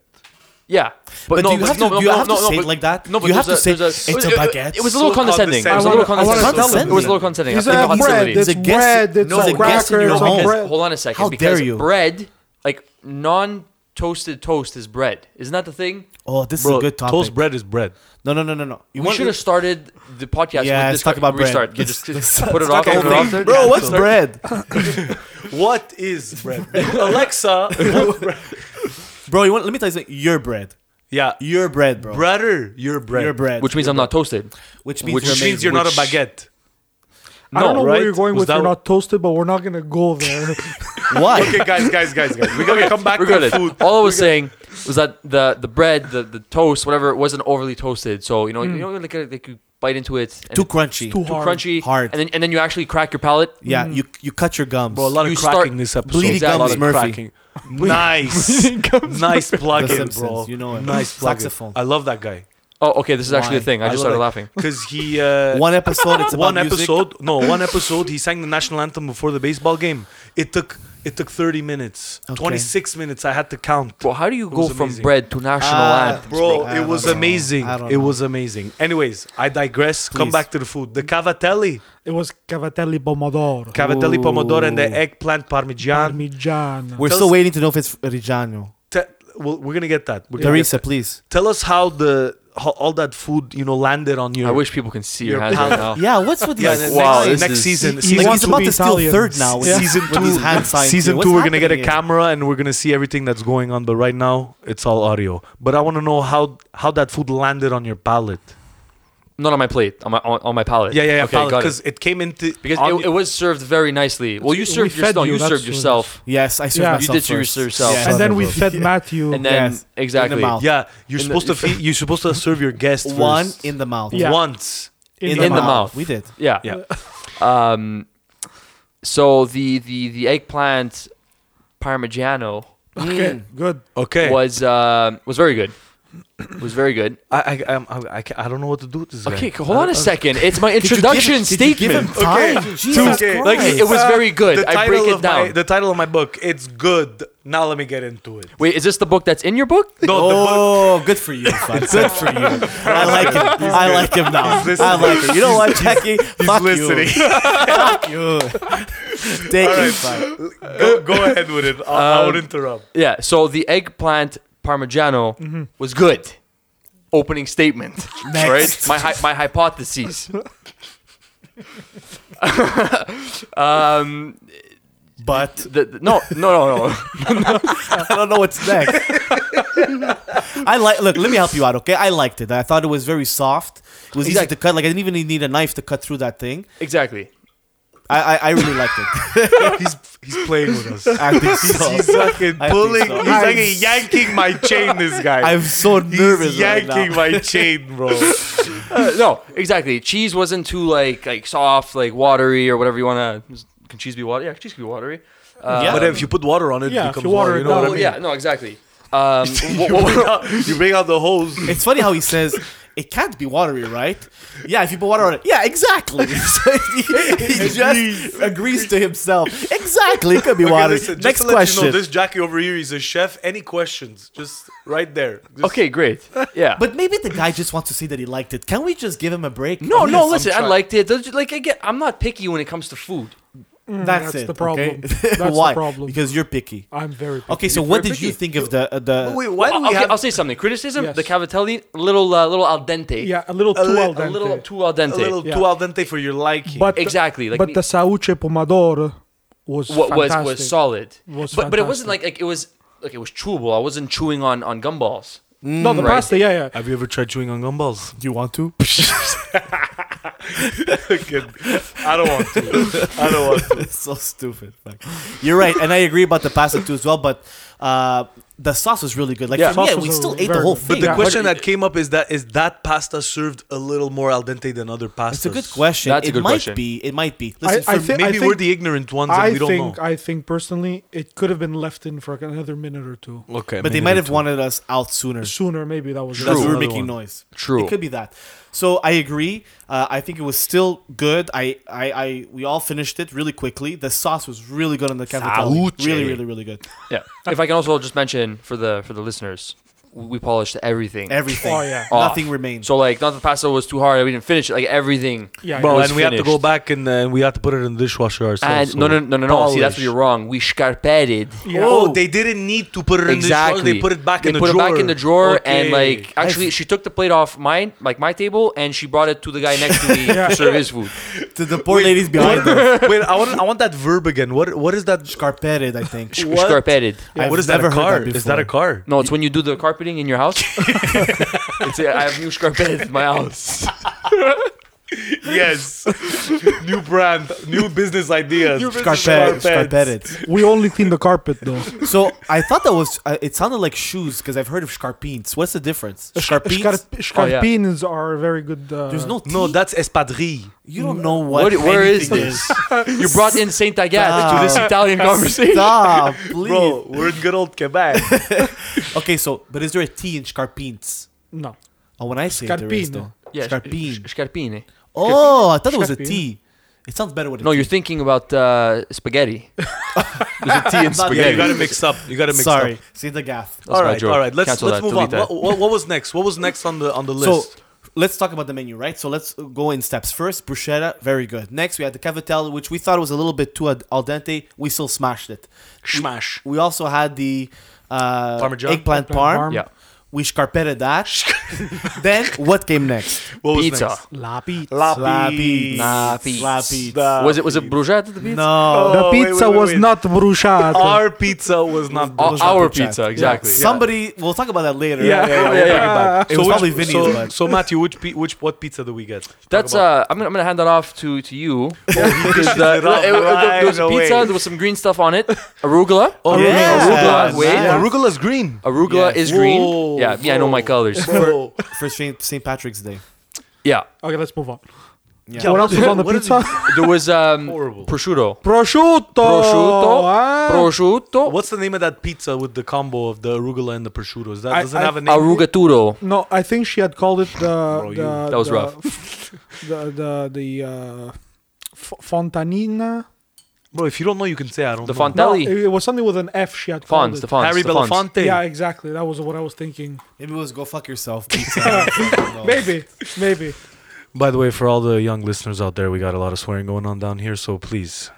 Yeah, but,
but
no,
do you
but
have
no,
to,
no,
do you
no,
have
no,
to
no,
say
but-
it like that?
No, but
you
it
have to
was
say
a-
it's
it was-
a
it-
baguette.
It was a little
So
condescending. It was a
condescending.
little
I wanna- I wanna
condescending.
tell
It was a
them.
little condescending.
It's
I
a
feel
bread.
hostility.
It's
He's a guest-
bread. It's
no,
a
the guest in
cracker.
your
It's
No,
a
home.
because,
bread.
hold on a second.
Uh, How
because
dare you.
Bread, like non-toasted toast, is bread. Isn't that the thing?
oh, this is
Bro,
a good topic.
toast bread is bread.
No, no, no, no, no. You
We
want
should have started the podcast with
Yeah, let's
this
talk about bread.
restart. You
Let's-
just just put it off.
talk
put it
about
off there.
bro? What's
Yeah.
bread,
What is bread? Alexa. what bread?
bro? You want? Let me tell you something. Your bread.
Yeah.
Your bread, bro.
Brother, you're bread.
Your bread.
Which means I'm not toasted.
Which means
which
you're
Which means
amazing.
you're not a
Which-
baguette.
I don't
No,
know
right?
where you're going
Was
with
that
you're
what-
not toasted, but we're not gonna go there.
Why?
Okay, guys, guys, guys, guys. We gotta come back to
Regardless,
food.
all I was saying was that the the bread, the, the toast, whatever, it wasn't overly toasted. So you know, you know, like uh, like you bite into it, and
Hmm. Too crunchy.
too
too
hard.
crunchy,
Hard.
and then Mm. and then you actually crack your palate.
Yeah, you you cut your gums.
Bro, a lot
You
of
start-
cracking this episode.
Bleeding
Exactly.
A lot
gums
of
Murphy.
cracking. Nice. nice plug-in,
Simpsons,
bro.
you know him.
Nice plug-in.
Saxophone.
I love that guy.
Oh, okay, this is actually a
Why?
thing. I just started laughing.
Because he... Uh,
one episode. It's about
one
music.
episode no one episode he sang the national anthem before the baseball game it took it took 30 minutes
Okay.
26 minutes i had to count
Well, how do you go
was
from
amazing.
bread to national
Ah,
anthem?
bro
I
it
don't
was
know.
amazing
I don't
it
know.
was amazing anyways i digress come
Please.
back to the food the cavatelli
It was cavatelli pomodoro,
cavatelli pomodoro and the
Ooh.
eggplant parmigiano
parmigiano.
We're
Tell
still
us-
waiting to know if it's Reggiano.
Te- well, we're gonna get that We're gonna get
Teresa,
that.
please.
tell us how the how all that food you know landed on your
I wish people can see your
your
hands right now.
Yeah, what's with
yeah,
these?
next,
Oh. Wow, this
next
is-
season
He- he
season
Like
wants
he's
to
about
be
to steal
Italian.
third now. With
Yeah.
these,
Season
with
two.
these hand signs.
Season
here. What's
two, we're gonna get a
happening here?
camera and we're gonna see everything that's going on. But right now, it's all audio. But I want to know how how that food landed on your palate.
Not on my plate, on my on, on my palate.
Yeah, yeah, yeah.
Uh, Okay, got
Because
it.
it. came into
Because
on
it, it was served very nicely. Well, you
We
served
fed
yourself. No,
you,
you
that's
served
what it
yourself,
Yes, I served
Yeah. You
myself
did, you
first.
served yourself.
Yes.
and then we
Yes.
fed Matthew.
and then
Yes.
exactly.
In the mouth.
yeah. You're
In the-
supposed to feed, you're supposed to serve your guest
one
first.
in the mouth.
Yeah.
once.
in the mouth.
We did.
Yeah.
Yeah.
Um, so the the the eggplant parmigiano
Okay, good.
Okay.
was uh, was very good. was very good.
I I, I'm- I, I ca- I don't know what to do with this. guy.
Okay, hold on
I-
a
I-
second. It's my
uh, Did you give-
introduction
did you give him
statement.
time?
Okay.
Jesus
Okay.
Like
Christ.
it was very good.
The
I
title
break it
of my-
down.
the title of my book. It's good. Now let me get into it.
Wait, is this the book that's in your book?
No, the book.
Oh, good for you. Fuck. Good for you. I like him. I like him now.
He's listening.
I like him. You know what, Jackie? Fuck
listening.
you. Fuck you. Take it. fuck.
go, go
Um,
ahead with it. I, I would interrupt.
Yeah. So the eggplant parmigiano was good. Opening statement.
Next.
Right. My hy- my hypotheses. um.
But
The, the- no. No. No. No.
I don't know what's next. I like. Look, let me help you out, okay? I liked it. I thought it was very soft. It was easy
Exact-
to cut. Like I didn't even need a knife to cut through that thing.
Exactly.
I I, I really liked it.
He's he's playing with us.
I think so.
He's fucking
I think
pulling.
so.
He's like yanking my chain. This guy.
I'm so nervous
he's
right now.
yanking my chain, bro.
Uh, no. Exactly. Cheese wasn't too like like soft, like watery or whatever you wanna. Can cheese be watery? Yeah, cheese can be watery. Uh,
Yeah.
But if you put water on it,
Yeah,
it
if
becomes
you water
water. You
it
know what I
well,
mean?
down,
yeah. No. Exactly. Um, wh-
You
wh-
bring out, you bring out the hose.
It's funny how he says it can't be watery, right? Yeah, if you put water on it. Yeah, exactly. So he, he just agrees to himself. Exactly, it could be
Okay,
watery.
listen, just
Next
to let you know,
question.
this Jackie over here is a chef. Any questions? Just right there. Just-
okay. Great. Yeah.
but maybe the guy just wants to say that he liked it. Can we just give him a break?
No,
Yes,
no.
I'm
Listen, I
trying.
liked it. Those- Like again, I'm not picky when it comes to food.
Mm,
That's, it.
the problem.
okay?
That's
Why?
the problem.
Because you're picky.
I'm very. Picky.
Okay, so
You're
what did
picky.
you think of the uh, the?
Wait, why do we
okay,
have
I'll say something. Criticism,
Yes.
the cavatelli, little uh, little al dente.
Yeah, a little
A
too
li-
al
A
dente.
little too al dente.
a little
Yeah.
too al dente for your liking?
but the-
exactly. Like
but
me-
the sauce e pomodoro was
what
fantastic.
was was solid.
Was
but but it wasn't like
fantastic.
like it was like it was chewable. I wasn't chewing on on gumballs.
no the
right.
pasta. Yeah, yeah.
have you ever tried chewing on gumballs?
Do you want to?
I don't want to. I don't want to.
It's so stupid. Fuck. You're right, and I agree about the pasta too as well. But uh, the sauce was really good. Like
Yeah.
for me,
Sauce
we
was
still
really
ate the
very
whole
good.
thing.
But the
Yeah.
question that came up is that is that pasta served a little more al dente than other pastas?
it's a good question.
That's a
it
good
might
question.
be. It might be.
I-
Listen,
I
for
thi-
Maybe
think-
we're the ignorant ones
I
and we don't
think
know.
I think personally it could have been left in for another minute or two
okay,
but they might have wanted us out sooner.
sooner. Maybe that was
True.
That's we were
Another
making
one.
noise.
True.
It could be that. So I agree. Uh, I think it was still good. I, I, I, we all finished it really quickly. The sauce was really good on the cavatelli.
Sauce.
Really, really, really good.
Yeah. if I can also just mention for the for the listeners, we we polished everything.
Everything.
Oh, yeah.
Nothing
Off.
remained.
so like not that the pasta was too hard. We didn't finish it. Like everything.
Yeah,
Bro,
It
and
was
we have to go
finished.
back and uh, we have to put it in the dishwasher
And
ourselves.
no,
so-
no, no, no, no. See, that's where
Polish.
you're wrong. We scarpetted.
Yeah.
Oh, they didn't need to put it in
Exactly.
the drawer. They put it back
They
in the
put it
drawer.
back in the drawer, and
Okay.
like actually, she took the plate off mine, like my table, and she brought it to the guy next to me
Yeah.
to serve his food.
To the poor ladies behind them.
Wait, wait, I want I want that verb again. What what is that?
Scarpetted, I think.
Sh-
What?
Scarpetted.
I've
what is that?
never
A
heard
car?
that
is that a
before.
car?
No, it's when you do the carpeting in your house. it's uh, I have new scarpetted in my house.
yes. new brand, new business ideas.
Scarpet, scarpetted.
we only clean the carpet though.
So I thought that was. Uh, it sounded like shoes because I've heard of scarpines. What's the difference? Scarpines.
Scarp-
Oh, yeah.
Scarpines are very good. Uh,
There's no. T.
No, that's espadrille.
You don't know what.
What- where is
anything
this? you brought in Saint Agathe to this
Ah.
Stop.
Italian conversation.
Stop, please.
Bro, we're in good old Quebec.
Okay, so but is there a T in scarpines?
no.
Oh, when I say it, there is
Scarpine.
though.
Yeah,
Scarpine.
Scarpine. Scarpine. eh?
Oh, I thought it was a
Scarpine.
T. It sounds better with a
No,
T.
you're thinking about uh, spaghetti. There's a T in spaghetti.
Not
yeah,
Okay.
you gotta mix up. You gotta mix
sorry.
up.
See the gaff.
That's my
all right,
joke.
all right. Let's
Cancel
let's
that,
move
delete
on.
that.
What, what, what was next? What was next on the on the
So
list?
let's talk about the menu, right? So let's go in steps. First, bruschetta, very good. Next, we had the cavatelli, which we thought was a little bit too ad- al dente. We still smashed it.
Smash.
We also had the uh,
Parmesan?
eggplant
Eggplant
parm.
parm.
Yeah.
We scarpetted that. then what came next?
What was
Pizza.
next?
La pizza.
Lapis.
Lapis.
Lapis.
Was it was it bruschetta the pizza?
No.
the
Oh, wait,
pizza
wait, wait,
was
wait.
not bruschetta.
Our pizza was not.
Our-
was not
Oh, our
bruschetta.
pizza, exactly. yeah.
Somebody, we'll talk about that later.
Yeah.
we'll
Yeah,
talk
yeah.
about it. It
So
was
which-
probably Vinny's,
so,
but
so Matthew, which pi- which what pizza do we get? Talk
That's
about-
uh, I'm gonna, I'm gonna hand that off to to you. because
dishes
uh,
it up
it- it- there was
right
pizza,
away.
there was some green stuff on it. Arugula.
Oh,
Arugula.
yes.
uh, Arugula, wait.
Yeah. Arugula's green.
Arugula
Yeah.
is green.
Whoa,
yeah, yeah, I know my colors.
Bro.
for Saint Saint Patrick's Day.
Yeah,
Okay, let's move on.
Yeah.
what else was on the
What is
pizza?
there was um,
Horrible.
prosciutto.
Prosciutto.
Prosciutto.
eh?
Prosciutto.
What's the name of that pizza with the combo of the arugula and the prosciutto? Is that
I-
doesn't
I-
have a name?
Arrugaturo.
No, I think she had called it the. the
you-
That was
the-
rough.
The the the uh, f- fontanina.
Bro, if you don't know, you can say I don't
The
know.
font-
No,
Deli.
it, it was something with an F. She had called
Fonz, the
it.
Fonz.
Harry
the Fonz.
Belafonte.
yeah, exactly. That was what I was thinking.
Maybe it was go fuck yourself. Pizza.
Oh.
Maybe, maybe.
By the way, for all the young listeners out there, we got a lot of swearing going on down here, so please,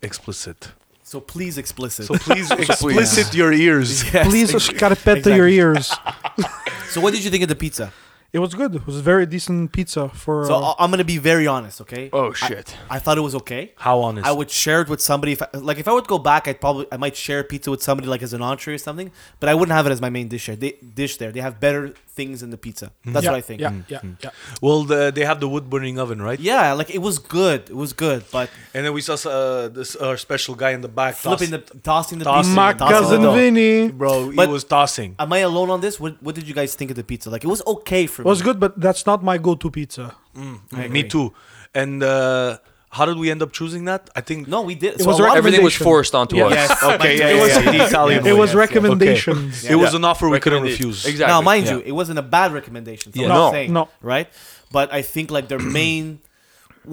explicit.
So please explicit.
So please explicit your ears.
Yes,
Please
ex-
scarpetta your
exactly.
ears.
So what did you think of the pizza?
It was good. It was very decent pizza for.
So
uh,
I- I'm gonna be very honest, okay?
Oh shit.
I thought it was okay.
How honest?
I would share it with somebody. If I, like if I would go back, I'd probably I might share pizza with somebody like as an entree or something. But I wouldn't have it as my main dish. There. They, dish there, they have better things in the pizza. That's
yeah,
what I think.
Yeah,
Yeah.
yeah,
Mm-hmm.
yeah.
well, the, they have the wood burning oven, right?
like it was good. It was good, but
And then we saw uh, this our special guy in the back
flipping the tossing the
Tossing.
pizza,
My
Mac
tossing
cousin
the dough.
Vinny
bro.
But-
he was tossing.
Am I alone on this? What What did you guys think of the pizza? Like it was okay for
was
me.
good, but that's not my go-to pizza.
I
Me
agree.
too. And uh, how did we end up choosing that? I think
No, we did.
It was
a lot of-
Everything was
Recommendation.
forced onto
Yeah.
us.
Yes.
Okay, yeah,
It
yeah,
was-
yeah, the Italian
it
one,
was
yes, yeah.
recommendations.
It was an offer we couldn't
Recommended.
refuse.
Exactly.
Now, mind
Yeah.
you, it wasn't a bad recommendation. So
Yeah.
I'm not
No.
saying,
No.
right? But I think like their main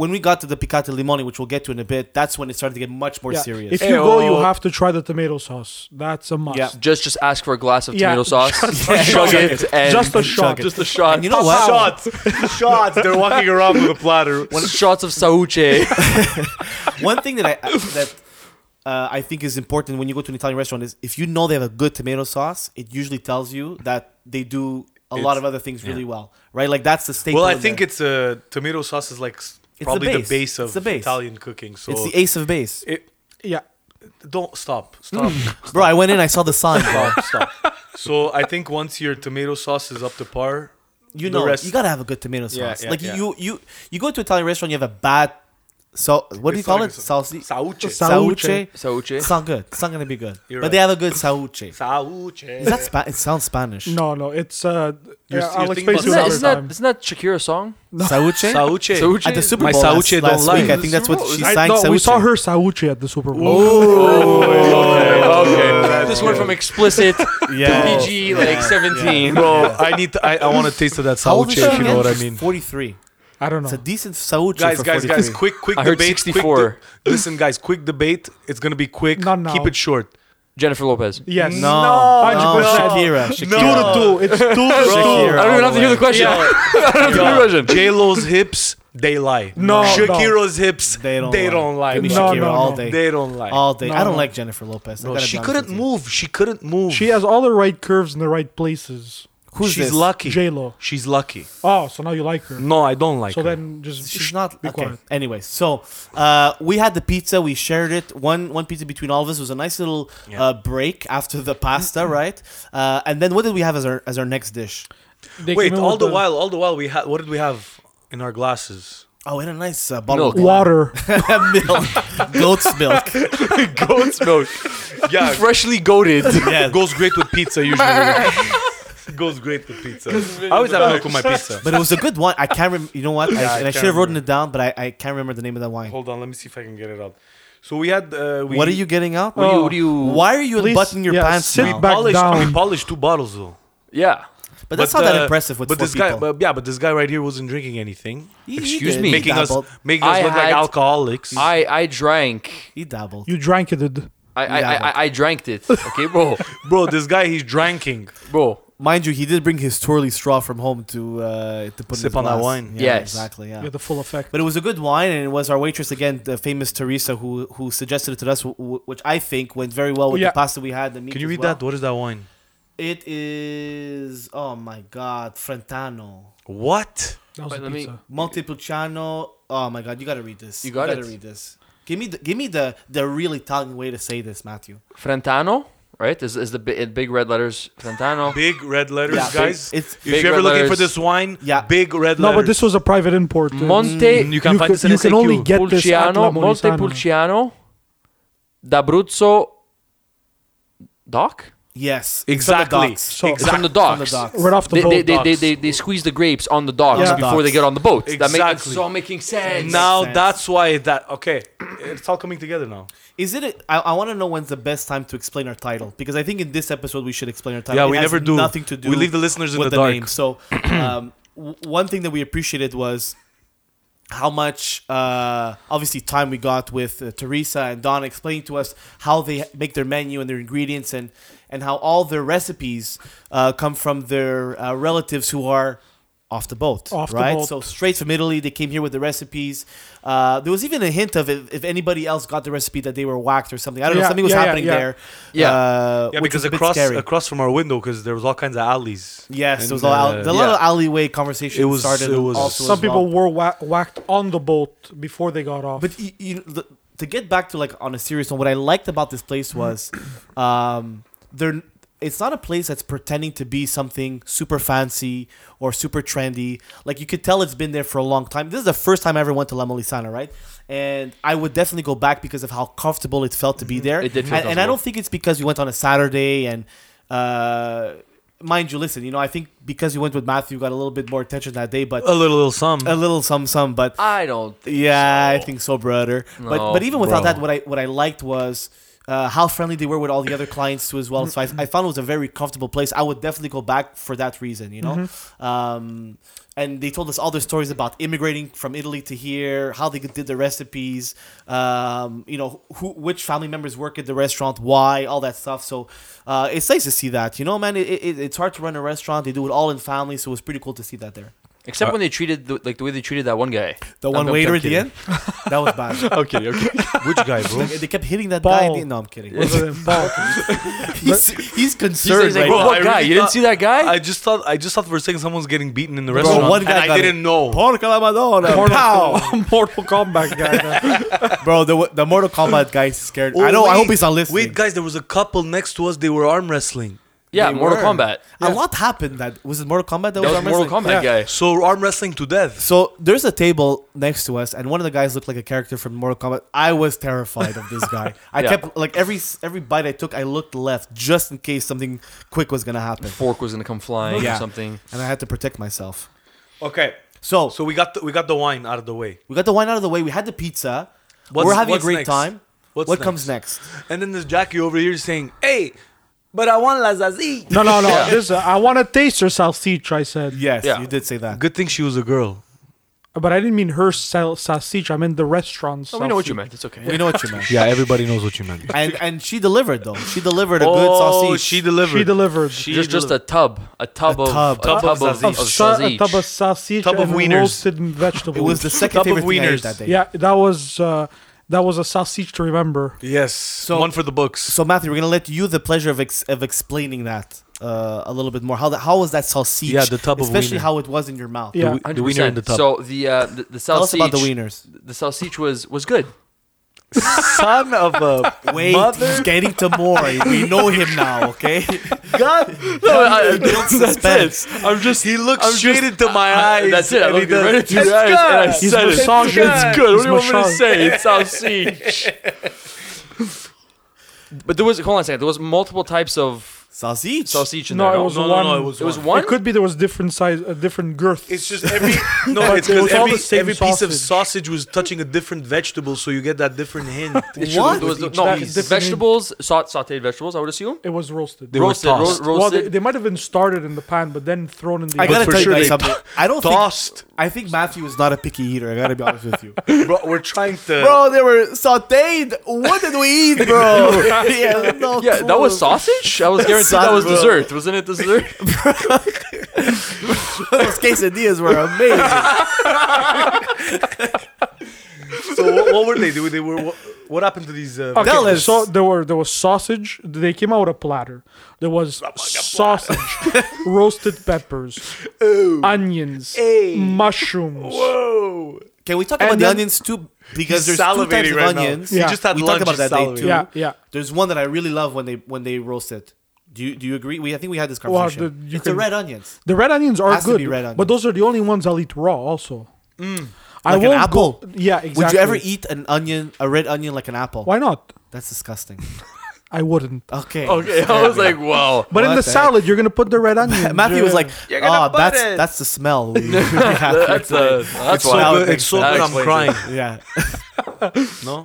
when we got to the picata limone, which we'll get to in a bit, that's when it started to get much more
Yeah.
serious.
If you go, you
Ayo.
have to try the tomato sauce. That's a must.
Yeah.
Just just ask for a glass of
Yeah,
tomato sauce,
just
a
chug
shot.
it, and
Just a
chug
shot.
it.
just a shot.
And you know what?
Shots, shots. They're walking around with a platter.
shots of sauce.
One thing that I that uh, I think is important when you go to an Italian restaurant is if you know they have a good tomato sauce, it usually tells you that they do a lot
It's-
of other things really
yeah.
well, right? Like that's the staple.
Well, I
in
think
there.
it's a tomato sauce is like s-
the
probably the
base.
base,
It's
of
the base.
Italian cooking. So
it's the ace of base,
it,
Yeah.
don't stop, stop,
bro. I went in, I saw the sign, bro.
stop, stop. So I think once your tomato sauce is up to par,
You
The
know,
rest-
you gotta have a good tomato sauce.
Yeah, yeah,
like
yeah.
you, you, you go to an Italian restaurant, you have a bad. So what do you
It's
call
like
it?
a-
Saucy.
sauce,
Sa- Sauce.
Sauce.
Sauce.
It's not good. It's not gonna be good.
You're
but
right.
they have a good sauce. Is
sauce.
that Spa- it sounds Spanish.
No, no. It's uh.
You're-
yeah,
you're
I'll
thinking about
explain to
Isn't
you
that,
another
isn't, that,
time.
isn't that Shakira's song?
Sauce.
Sauce.
Sauce.
At the Super
My
Bowl last,
sauce don't
last
lie.
week, I think that's what she
I-
sang.
no, we saw
sauce.
her Sauchi at the Super Bowl.
Okay.
Oh, This went from explicit
Yeah.
to PG like 17.
Bro, I need. To, I, I want to taste of that
How old
sauce.
is
If
she?
you
again?
know what I mean.
She's 43.
I don't know.
It's a decent sauce.
Guys,
for
guys,
43.
guys! Quick, quick
I heard
debate. quick
64.
de- listen, guys, quick debate. It's gonna be quick.
Not now.
Keep it short.
Jennifer Lopez.
yes.
No, no,
100%.
Oh, Shakira.
Two
Shakira.
to two. It's two
Bro.
to two.
I don't even have to hear the question. I don't have to hear the question.
J Lo's hips, they lie.
No, no.
Shakira's hips,
They
they
don't
don't,
lie.
lie.
Give me
No,
Shakira
no,
all
no.
day.
They don't lie.
all day.
No,
I don't
no.
like Jennifer Lopez. I
Bro,
gotta
she
be honest
couldn't
with you.
move. She couldn't move.
She has all the right curves in the right places.
Who's
She's
this?
lucky.
J Lo.
She's lucky.
Oh, so now you like her.
No, I don't like
so
her.
then just
She's not
be
okay.
quiet.
Anyway, so uh, we had the pizza. We shared it. One one pizza between all of us It was a nice little
Yeah.
uh, break after the pasta, right? Uh, and then what did we have as our as our next dish?
They
Wait,
came in
all
with
the, while, all the while, we had. What did we have in our glasses?
Oh, we had a nice uh, bottle
water.
of milk, goat's milk.
Goat's milk. Yeah,
Freshly goaded.
Yeah,
goes great with pizza usually. goes great with pizza. I always have milk with my pizza.
but it was a good one. I can't remember. You know what? I,
Yeah, I
and I
can't
should have written
remember.
it down, but I, I can't remember the name of that wine.
Hold on, let me see if I can get it out. So we had. Uh, we,
what are you getting out?
What do you,
Oh.
what do you,
Why are you
Please,
unbuttoning your
yeah,
pants
sit
now?
back
Polished,
down.
we polished two bottles though.
Yeah.
But that's
But,
not that
uh,
impressive with
but
four
this guy,
people.
but, yeah, but this guy right here wasn't drinking anything,
He- he
excuse
did.
me.
He
making us
dabbled.
making us
I
look
had-
like alcoholics.
I, I drank.
He dabbled.
You drank it. Id.
I, I,
Yeah,
I, I, I drank it. Okay, bro.
Bro, this guy he's drinking.
Bro.
Mind you, he did bring his twirly straw from home to uh, to put in
Sip
his
on that
glass.
wine.
Yeah,
Yes.
exactly. Yeah.
You had the full effect.
But it was a good wine, and it was our waitress again, the famous Teresa, who who suggested it to us, wh- wh- which I think went very well with
Yeah.
the pasta we had. The meat
Can you
as
read
well.
that? What is that wine?
It is oh my god, Frentano,
What?
That was
Wait,
a
let me-
pizza.
Montepulciano. Oh my god, you gotta read this.
You got
gotta
it.
read this. Give me the, give me the the real Italian way to say this, Matthew.
Frentano, right? Is, is the bi- in big red letters. Frentano.
Big red letters,
Yeah,
guys.
big- it's-
if
Big
you're ever
red
looking for
letters.
this wine,
Yeah.
big red
No,
letters.
but this was a private import.
Monte
you can
you
find this
could-
in
you can
SAQ.
only get- this at La
Pulciano, Monte
Molisana.
Pulciano, d'Abruzzo, Doc?
Yes, it's from the
exactly.
docks.
So-
exactly.
From the docks.
From the docks.
Right off the
They,
boat.
they, they, they,
docks.
they, they squeeze the grapes on the docks
Yeah.
before they
Docks.
get on the boat. That makes
Exactly.
it's all making sense.
Now
sense.
that's why that okay. It's all coming together now.
Is it? A, I, I want to know when's the best time to explain our title because I think in this episode we should explain our title.
Yeah,
It
we
has
never do.
Nothing to do.
We leave the listeners in
with
the dark.
name. So, um, w- one thing that we appreciated was how much uh, obviously time we got with uh, Teresa and Donna explaining to us how they make their menu and their ingredients and and how all their recipes uh, come from their uh, relatives who are off the boat,
Off the
right?
boat.
So straight from Italy, they came here with the recipes. Uh, there was even a hint of if, if anybody else got the recipe that they were whacked or something. I don't know,
Yeah,
something was
yeah, yeah,
happening
yeah.
there.
Yeah.
uh,
Yeah,
which
because
was a bit
across
scary.
across from our window, because there was all kinds of alleys.
Yes,
And,
there was a lot,
uh,
the little
yeah.
alleyway conversation
It was-
started.
it was-
also
Some
as
people
well.
were wha- whacked on the boat before they got off.
but you, you, the, to get back to like on a serious one, what I liked about this place was, um, they're it's not a place that's pretending to be something super fancy or super trendy. Like you could tell it's been there for a long time. This is the first time I ever went to La Molisana, right? And I would definitely go back because of how comfortable it felt to be there.
It did feel
and, and I
comfortable.
don't think it's because we went on a Saturday and. Uh, Mind you, listen. You know, I think because you went with Matthew, you got a little bit more attention that day, but
A little little some.
a little some some but
I don't.
yeah i think so brother but
No,
but even without
bro.
that what i what i liked was uh, how friendly they were with all the other clients too as well. So I, I found it was a very comfortable place. I would definitely go back for that reason, you know. Um, and they told us all their stories about immigrating from Italy to here, how they did the recipes, um, you know, who which family members work at the restaurant, why, all that stuff. So uh, it's nice to see that, you know, man. It, it, it's hard to run a restaurant. They do it all in family, so it was pretty cool to see that there.
Except when they treated the, like the way they treated that one guy.
The
I'm-
one
I'm-
waiter
I'm
at the end,
kidding.
that was bad.
Okay, okay. Which guy, bro?
they kept hitting that
Paul.
guy. in the- No, I'm kidding.
Was it Paul?
He's, he's
He's
concerned.
like, he's like,
right
"Whoa,
now.
Well, I
what guy?
really
you didn't
thought-
see that guy?
I just thought I just thought for a second someone's getting beaten in the
Bro,
restaurant,
one guy
and I
got
didn't know.
Porca la Madonna.
Mortal,
Pow.
Mortal Kombat guy.
Bro, the, the Mortal Kombat guy is scared.
Oh,
I know. I hope
wait,
he's not listening.
Wait, guys, there was a couple next to us. They were arm wrestling.
yeah,
They
Mortal
were.
Kombat.
A lot happened. That was it. Mortal Kombat. That,
That was
arm
Mortal
wrestling?
Kombat
Yeah.
guy.
So arm wrestling to death.
So there's a table next to us, and one of the guys looked like a character from Mortal Kombat. I was terrified of this guy. I
Yeah.
kept like every every bite I took, I looked left just in case something quick was gonna happen,
Fork was gonna come flying
Yeah.
or something.
and I had to protect myself.
Okay,
So,
so we got the, we got the wine out of the way.
we got the wine out of the way. We had the pizza.
What's-
We're having a
what's
great
next?
time.
What's
what
next?
comes next?
And then there's Jackie over here saying, "Hey, but I want lasazi."
No, no, no. This, uh, I want to taste her salsich. I said,
Yes,
Yeah.
you did say that.
Good thing she was a girl.
but I didn't mean her sal- salsich. I meant the restaurant.
Oh, we know what
salsiccia.
you meant. It's okay.
We know what you meant.
Yeah, everybody knows what you meant.
and and she delivered though. She delivered a good
oh,
sausage.
she delivered.
She delivered.
She
Just just a tub, a tub
A
of
tub.
a tub of, of,
Of
sa- a
sausage.
tub of sausage
Tub of
and
wieners.
roasted vegetables.
it was the second
Cup of
favorite thing I ate
wieners.
that day.
yeah, that was uh, that was a sausage to remember.
yes, one for the books.
So Matthew, we're gonna let you the pleasure of ex- of explaining that uh, a little bit more. How the, how was that salsich?
Yeah, the tub of
especially
wiener.
how it was in your mouth.
Yeah.
wi- the wiener in the
100%.
tub.
So the uh, the, the
Tell us about the
salsich-
wieners.
the salsich was was good.
Son of a
Wait, he's getting to more. We know him now, okay?
God!
No, I-
Build suspense.
I'm just. He looks
I'm
straight
just-
into my
I-
eyes.
That's it. I
and he
looked it
does-
right into your
It's
eyes and I
good.
He's
said it. It's
massaging. He's
good. What do you want me to say?
massaging.
It's sausage. But there was hold on a second. There was multiple types of
Sausage.
sausage in
No,
there.
it was
no, no,
one.
no, it was
It was
one.
one.
It could be there was different size, uh, different girth.
It's just every no.
But
it's
it
because
was all
every,
the same
every piece of
sausage.
sausage was touching a different vegetable, so you get that different hint.
It should-
What?
there was-
With each
no,
piece.
vegetables, sa- sautéed vegetables. I would assume.
it was roasted.
They were
roasted, ro-
tossed.
roasted.
well, they, they might have been started in the pan, but then thrown in the.
I gotta
for
tell
sure
you guys
they
something. I don't
Tossed,
think I think Matthew is not a picky eater. I gotta be honest with you,
bro. We're trying to.
bro. They were sautéed. What did we eat, bro? yeah, no
yeah, that was
clue.
sausage. I was guaranteed that was
Sausage.
dessert. Wasn't it dessert?
Those quesadillas were amazing.
So what, what were they doing? They were. What, what happened to these? Uh,
Okay,
Tell us.
So there were there was sausage. They came out with a platter. There was sausage, roasted peppers, onions, mushrooms.
Whoa!
Can we talk
And
about the
then-
onions too? Because
He's
there's two types
salivating
of
right now.
onions.
He
Yeah.
just had
We
lunch.
talked about
he's
that day
salivating.
too.
Yeah, yeah.
There's one that I really love when they when they roast it. Do you do you agree? We I think we had this
Well,
conversation.
the- you
it's the
can-
red onions.
The red onions are
Has to
good,
be red
but
onions.
those are the only ones I'll eat raw. Also,
Mm.
I
Like an
won't go-
apple.
yeah, exactly.
Would you ever eat an onion, a red onion like an apple?
Why not?
That's disgusting.
I wouldn't.
Okay.
Oh,
Okay, I was like, wow.
But in
What
the
the heck?
salad, you're gonna put the red onion.
Matthew was like,
You're gonna
"Oh,
butt
that's
it."
that's the smell." we- we have to
That's uh, that's
It's so
why.
Now it
good.
makes
It's so
sense.
good. I'm
Explains
crying.
yeah.
No,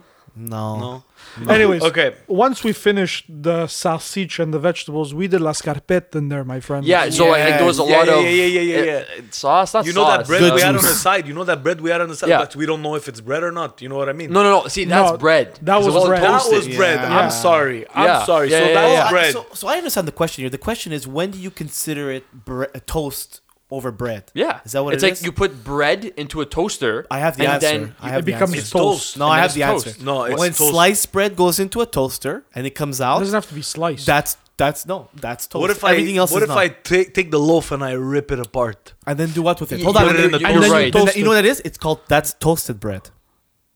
No.
no.
Anyways,
Okay.
Once we finished the sausage and the vegetables, we did la scarpette in there, my friend.
Yeah, so like, like there was a
Yeah,
lot
yeah,
of
yeah, yeah, yeah, yeah,
uh, sauce. Not
You know
sauce.
that bread
Good
we had on the
juice.
side. You know that bread we had on the side,
Yeah.
but we don't know if it's bread or not. You know what I mean?
No, no, no. See, that's
No,
bread.
that
'Cause it
was
wasn't
bread.
that
toasted.
was bread.
Yeah.
I'm sorry.
Yeah.
I'm sorry.
Yeah,
so
yeah,
that
yeah,
was
yeah.
bread.
So, so I understand the question here. The question is, when do you consider it bre- toast over bread?
Yeah,
Is that what
it's
it
like?
is?
You put bread into a toaster.
I have the
and
answer.
Then
I
it
have the
becomes
answer.
It's
toast.
toast.
No, I have the
it's toast.
answer.
No, it's
when
toast.
sliced bread goes into a toaster and it comes
it
out,
doesn't have to be sliced.
that's that's no, that's toast.
What if
everything
I?
else
What
is
if
not.
I take take the loaf and I rip it apart?
and then do what with it?
You-
Hold on,
you're-
and then-
you're-
and then
you're
you
right.
toast.
Toast
You know what that is? It's called that's toasted bread.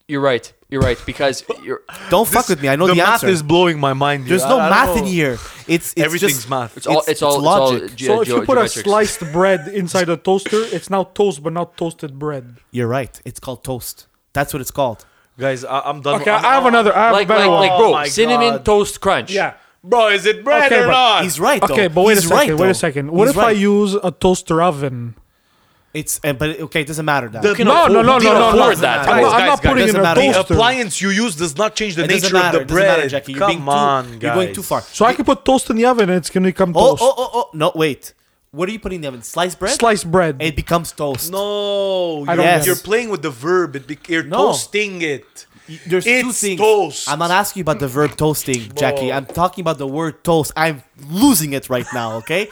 You're right. You're right because you're.
Don't fuck with me. I know the,
the math
answer.
is blowing my mind.
There's
here.
no
I- I don't
math
know.
in here. It's, it's
Everything's
just,
math.
It's all. It's, all.
logic.
It's all. ge-
so if
geo-
you put a
geometrics.
sliced bread inside a toaster, it's now toast, but not toasted bread.
You're right. It's called toast. That's what it's called.
guys. I, I'm done.
Okay,
I'm-
I have
I'm-
another. I have
like,
a better
like,
one.
like,
Oh
bro,
my
cinnamon
God.
toast crunch.
yeah.
Bro, is it bread
Okay,
or
but
not?
He's right. Though.
Okay, but wait
He's
a second.
Right,
wait
though.
a second. What
He's
if I
right.
use a toaster oven?
It's and but okay, it doesn't matter that.
The-
Can
No,
afford-
no, no,
we can
no, no,
afford
no.
that.
Guys,
I'm, not- I'm
guys,
not
guys,
putting in
doesn't
a
matter.
The
Toaster.
appliance you use does not change the
it
nature
doesn't matter.
of
It
the
doesn't matter,
bread.
Jackie. You're being
Come
too,
on, guys.
You're going too far.
So I can put toast in the oven and it's gonna become
Oh,
toast.
oh, oh, oh, no, wait. What are you putting in the oven? Sliced bread?
Sliced bread.
It becomes toast.
No,
I
you're,
don't
Yes.
you're playing with the verb. It, bec- you're
No.
toasting it.
There's two
It's
things.
toast.
I'm not asking you about the verb toasting, Jackie.
Whoa.
I'm talking about the word toast. I'm losing it right now, okay?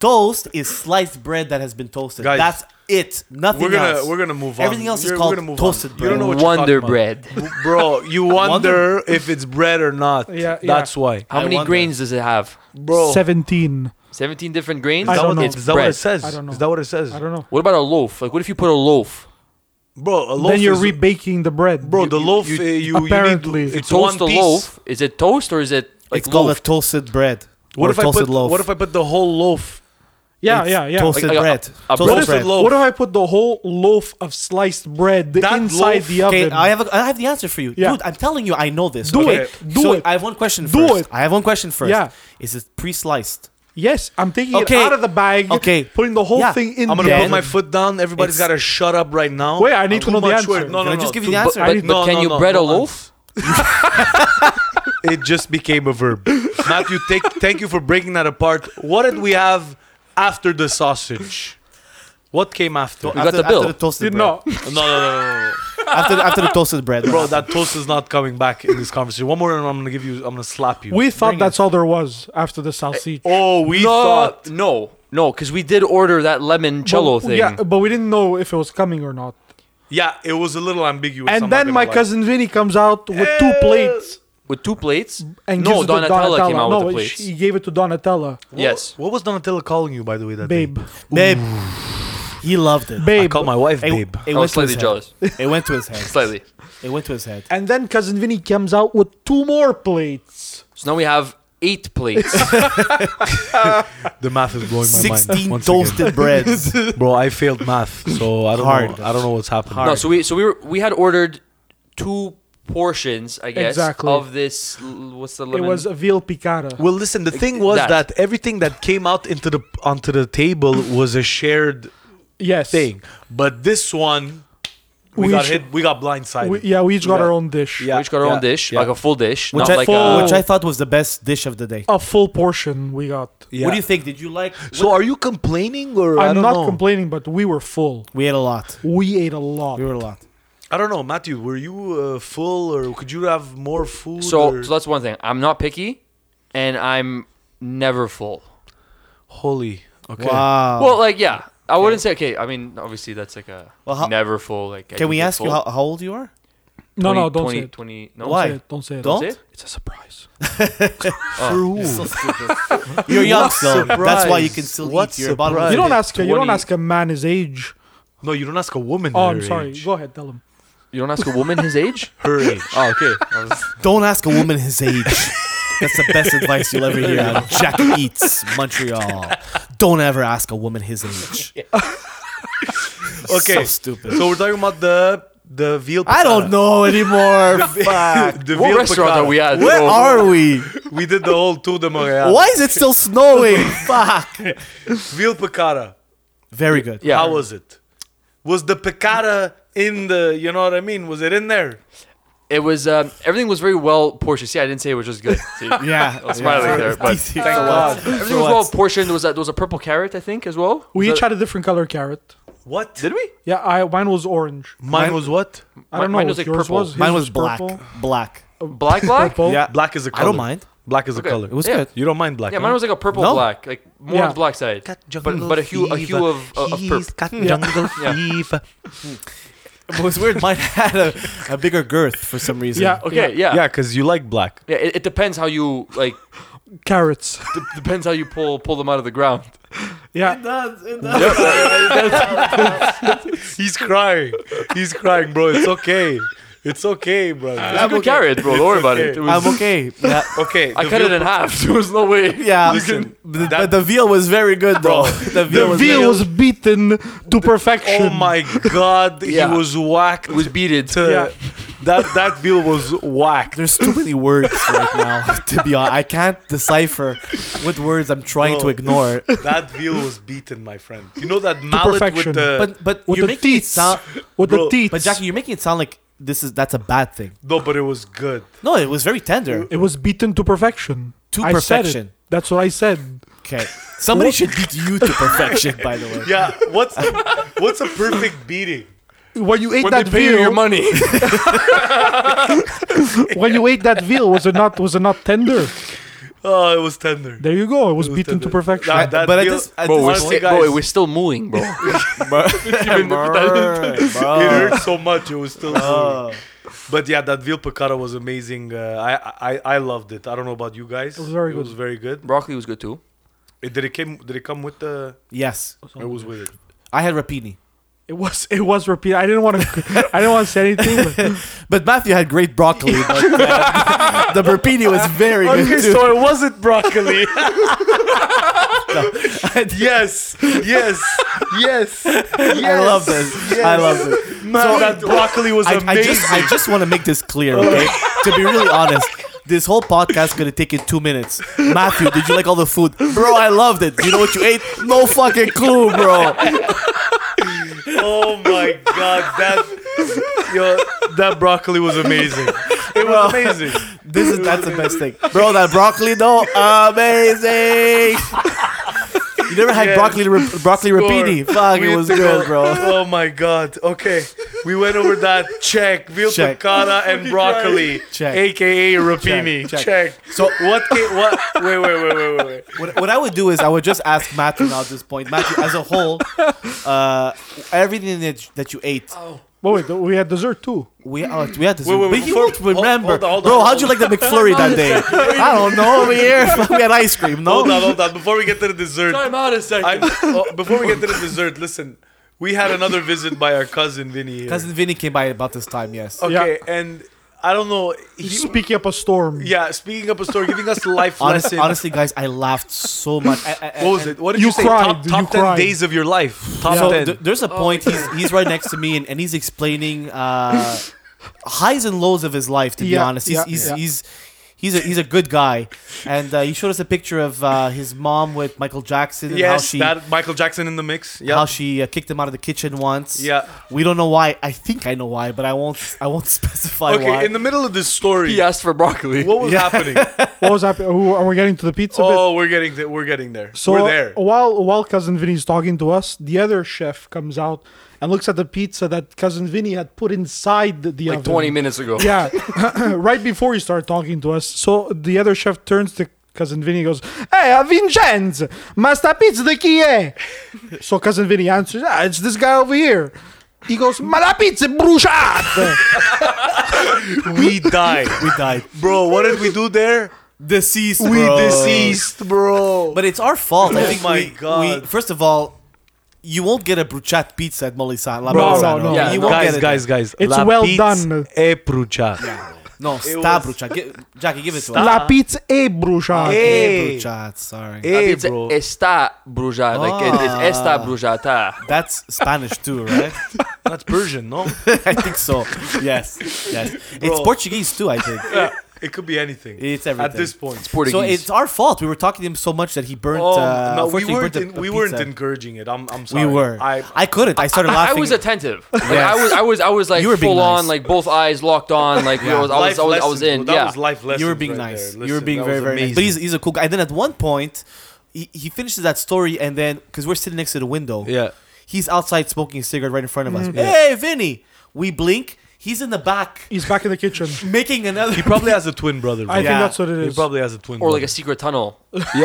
toast is sliced bread that has been toasted.
Guys,
That's it. Nothing
We're gonna
else.
we're gonna move on.
Everything else
You're-
is
we're
called
gonna move on.
toasted
You
bread.
don't know what you're talking
Wonder
about.
bread.
bro. You wonder if it's bread or not.
Yeah, yeah.
that's why,
How
I
many
wonder.
grains does it have?
bro.
Seventeen.
17 different grains?
I don't know.
It's
Is that what
bread.
it says?
I don't know.
Is that what it says?
I don't know.
What about a loaf? Like, what if you put a loaf?
Bro, a loaf
then you're
is,
rebaking the bread.
bro. The loaf. uh, You, you, need-
apparently.
it's
toast a
one piece.
loaf. Is it toast or is it like
it's called
loaf?
a toasted bread.
What
or
if I
toasted
put?
loaf.
What if I put the whole loaf?
yeah,
It's
yeah, yeah.
Toasted
Like, like a- a
bread. toasted
bread.
What is
bread.
it loaf?
What if I put the whole loaf of sliced bread
That
inside the
loaf-
oven?
Okay, I have a, I have the answer for you,
Yeah.
dude. I'm telling you, I know this.
Do
okay?
it. Do
so
it.
I have one question
Do
first.
it.
I have one question first.
Yeah.
Is it pre-sliced?
yes, I'm taking
Okay.
it out of the bag.
Okay.
putting the whole
Yeah.
thing in.
I'm gonna
there.
put my foot down. Everybody's
It's-
gotta shut up right now.
Wait, I need
I'm
to
too
know the
much
answer.
work. No,
Can
no,
I
no,
just give you
too-
the
But,
answer?
but,
need-
but
No,
can
no,
you
no,
bread
no
a loaf?
answer. It just became a verb. Matthew, take, thank you for breaking that apart. What did we have after the sausage? What came after?
got
after,
the bill.
After the toasted bread.
no.
no, no, no, no, no.
after, the- after the toasted bread.
Bro, that toast is not coming back in this conversation. One more, and I'm gonna give you. I'm gonna slap you.
We thought
Bring
that's all there was after the salsich.
oh, we
no,
thought.
no, no, because we did order that lemon cello
But-
thing.
Yeah, uh, but we didn't know if it was coming or not.
Yeah, it was a little ambiguous. I'm
And
not
then
gonna
my
lie.
cousin Vinny comes out with two plates
With two plates?
and
no,
gives it to
Donatella, came out
no,
with the
she-
plates.
he gave it to Donatella.
yes.
What was Donatella calling you, by the way? That day?
Babe,
babe, he loved it.
I
babe.
called my wife,
It,
babe.
it
I was
went to his
slightly
head.
jealous.
It went to his head.
slightly.
It went to his head.
And then cousin Vinny comes out with two more plates.
So now we have eight plates.
The math is blowing my mind.
Sixteen
once again.
toasted breads.
Bro, I failed math, so I don't
Hard.
know. I don't know what's happening.
no, so we so we were, we had ordered two portions, I guess,
Exactly.
of this. l- What's the
It
lemon?
was a veal piccata.
Well, listen. The thing was
that.
that. everything that came out into the onto the table was a shared
Yes.
thing, but this one we,
We
got
each-
hit. We got blindsided.
We, yeah, we each got
Yeah.
our own dish.
Yeah.
we each got our
yeah,
own dish,
yeah.
like a full dish,
Which,
not
I,
like
full-
a.
which I thought was the best dish of the day.
A full portion we got.
Yeah.
What do you think? Did you like?
so are you complaining or I
I'm
don't
not
know?
complaining, but we were full.
we ate a lot.
We ate a lot.
We were a lot.
I don't know, Matthew. Were you uh, full or could you have more food?
So,
or-
so that's one thing. I'm not picky, and I'm never full.
holy. Okay.
Wow.
Well, like yeah, I wouldn't say okay. I mean, obviously that's like a
Well, how-
never full. Like I
Can we
get
ask you
full.
how, how old you are?
no,
20,
no, don't
20,
say it.
20 no,
Why?
Say it, Don't say it.
Don't?
Say it?
It's a surprise.
Oh.
You're young still. That's why you
surprise.
can still
What
eat. You're a bottom of
surprise.
the
You don't
pit.
ask. A, you don't
20.
ask a man his age.
No, you don't ask a woman.
Oh,
her
I'm sorry.
age.
Go ahead, tell him.
You don't ask a woman his age.
Her age.
Oh, okay. I was-
Don't ask a woman his age. That's the best advice you'll ever hear. on Jack eats Montreal. Don't ever ask a woman his age.
Okay.
So stupid.
So we're talking about the the veal.
I
uh,
don't know anymore. Fuck.
the
what
veal
restaurant
piccata.
are we at?
Where
bro?
are we?
We did the whole two de Montreal.
Why is it still snowing? Fuck.
Veal piccata.
Very good.
Yeah.
How was it? Was the piccata in the? You know what I mean? Was it in there?
It was um, everything was very well portioned. See, I didn't say it was just good. See?
Yeah.
I was smiling there, but
Thank
everything was well portioned. There was a, there was a purple carrot, I think, as well.
We
Was
each
that-
had a different color carrot.
What?
did we?
Yeah, I mine was orange.
Mine was what?
I don't
Mine- mine
know.
was, like,
if yours
purple.
was. his
Mine was black.
purple.
Black.
Black, black.
Purple.
Yeah.
Oh, Black is a
I
color.
don't mind.
Black is a
Okay.
color.
It was
Yeah.
good.
you don't mind black.
Yeah, mine was like a purple
No.
black, like more
Yeah.
on the black side, but, but a hue a hue of uh, of, of purple. Yeah.
It was weird. Mine had a, a bigger girth for some reason.
Yeah.
Okay, yeah, yeah.
Yeah, because you like black.
it, it depends how you like.
Carrots.
d- depends how you pull pull them out of the ground.
Yeah.
does. It
He's crying. He's crying, bro. It's okay. It's okay, bro.
It's a good carrot, bro. Don't worry about it.
okay.
it was,
I'm okay. Yeah.
Okay.
I
the
cut it
veal
in half. There was no way.
Yeah,
Listen,
the,
that-
the veal was very good though. The veal,
The
was
veal
very-
was beaten to perfection.
Oh my god,
Yeah.
he was whacked.
It was beaded.
to
Yeah.
that that bill was whacked.
There's too many words right now. To be honest, I can't decipher what words I'm trying to
Bro.
ignore.
That bill was beaten, my friend. You know that mallet
perfection.
with the
But but
With
you're
the
making it
teats.
sound.
With
Bro,
the teeth.
But Jackie, you're making it sound like this is that's a bad thing.
no, but it was good.
No, it was very tender.
it was beaten to perfection.
To
I said it.
perfection.
That's what I said.
Okay, somebody should beat you to perfection. By the way,
Yeah, what's the, what's a perfect beating?
When you ate
When they
that
pay you
veal,
your money.
when you ate that veal, was it not was it not tender?
Oh, it was tender.
There you go. It was,
was
beaten
tender.
to perfection.
That- that
but at
deal-
this, at
bro, we're,
this
honestly,
sti-
guys-
bro, we're still mooing, bro.
It
Bro.
hurt so much. It was still.
Oh.
But yeah, that veal piccata was amazing. Uh, I, I I loved it. I don't know about you guys. It
was very
It
good.
was very good.
Broccoli was good too.
It, did it came? Did it come with the?
Yes,
It was with it.
I had rapini,
It was it was repeated. I didn't want to I didn't want to say anything. But
but Matthew had great broccoli. But, uh, the rapini was very good too.
it wasn't broccoli. yes, yes, yes, yes.
I love this. I love this.
Man, that broccoli was
I,
amazing.
I just I just want to make this clear, okay? to be really honest, this whole podcast could have taken two minutes. Matthew, did you like all the food? Bro, I loved it. You know what you ate? No fucking clue, bro.
oh my god, that yo, that broccoli was amazing. It was amazing.
This is that's the best thing. Bro, that broccoli though, amazing. You never had
Yes.
broccoli re- broccoli
Score.
rapini. Fuck,
We
it was
had to
good,
go-
bro.
Oh my god. Okay, we went over that. Check veal
Check.
piccata and broccoli,
Check.
aka rapini.
Check.
Check.
So-
So what? Ca- what? Wait, wait, wait, wait, wait, wait.
What, what I would do is I would just ask Matthew now at this point. Matthew, as a whole, uh, everything that, that you ate,
but wait, we had dessert too.
We oh, we had this.
Wait, wait,
but
wait,
you
before-
don't
hold-
remember,
hold on, hold on,
bro.
hold
How'd you like the McFlurry that day? I don't know. Over here, we had ice cream. No,
Hold on, hold on. Before we get to the dessert,
out a second.
I, oh, before we get to the dessert, listen. We had another visit by our cousin Vinny. Here.
cousin Vinny came by about this time. Yes.
Okay, and I don't know. He,
Speaking up a storm.
yeah, speaking up a story, giving us life
Honest,
lessons.
honestly, guys, I laughed so much. I, I, I-
What was it? What did
You
you, say?
cried,
Top,
you
top ten
cried.
days of your life. Top
So
ten.
th- there's
Oh.
a point. he's he's right next to me, and, and he's explaining uh, highs and lows of his life. To be
Yeah,
honest, he's
yeah,
he's,
yeah.
he's he's a, he's a good guy, and uh, he showed us a picture of uh, his mom with Michael Jackson and how
yes,
she
that Michael Jackson in the mix. Yeah,
how she uh, kicked him out of the kitchen once.
yeah.
We don't know why. I think I know why, but I won't. I won't specify
Okay,
why.
in the middle of this story,
he asked for broccoli.
what was happening?
What was happening? Who- Are we getting to the pizza bit?
oh, we're getting there. We're getting there.
So
we're there.
while while cousin Vinny's talking to us, the other chef comes out and looks at the pizza that cousin Vinny had put inside the, the
like
oven.
20 minutes ago.
Yeah, right before he started talking to us. So the other chef turns to cousin Vinny and goes, "Hey, uh, Vincenz, ma sta pizza di chi è?" So cousin Vinny answers, "Ah, it's this guy over here." He goes, "Ma la pizza è bruciata."
we died,
we died.
bro. What did we do there?
Deceased.
We deceased, bro.
But it's our fault. I
Oh
think
my
we-
God.
we- first of all, you won't get a bruschetta pizza at Molisano. La
No,
Molisano.
no, no.
Yeah,
you
no.
won't
guys,
get it.
guys, guys.
It's
la E
well
pizza
done.
È bruciata.
No, sta
was-
bruschetta. Gi- Jackie, give it to us.
La pizza è bruciata.
Ah. Eh.
Hey,
Hey.
bruschetta. Sorry.
Hey.
It's
bro.
está brujada. Like it, it's
Ah.
está brujata.
That's Spanish too, right?
That's Persian, no?
I think so. Yes, yes. It's
Bro.
Portuguese too, I think.
Yeah, it could be anything.
It's
At
E everything.
this point.
so
Portuguese.
it's our fault. We were talking to him so much that he burnt.
Oh,
uh,
no, we
unfortunately burnt
weren't,
the-
en-
the
we weren't
pizza.
encouring it. I'm, I'm
We
sorry.
were. I,
I,
couldn't. I started
I
laughing.
was attentive. Like,
Yes.
I was, I was, I was like
You were being
full on,
nice.
like both eyes locked on. Like I was, I was,
life
I was, I was
lessons,
in.
bro. That
yeah.
was life lessons.
you were being
right
nice.
there.
you were
Listen,
being
that
very,
was
very nice. But
amazing.
he's, he's a cool guy. And then at one point, he, he finishes that story, and then because we're sitting next to the window,
Yeah. Mm-hmm.
he's outside smoking a cigarette right in front of us. Hey, Vinny! We blink. He's in the back
He's back in the kitchen.
making another.
He probably has a twin brother.
I
bro.
think
Yeah.
that's what it
He
is.
probably has a twin
Or
brother.
like a secret tunnel.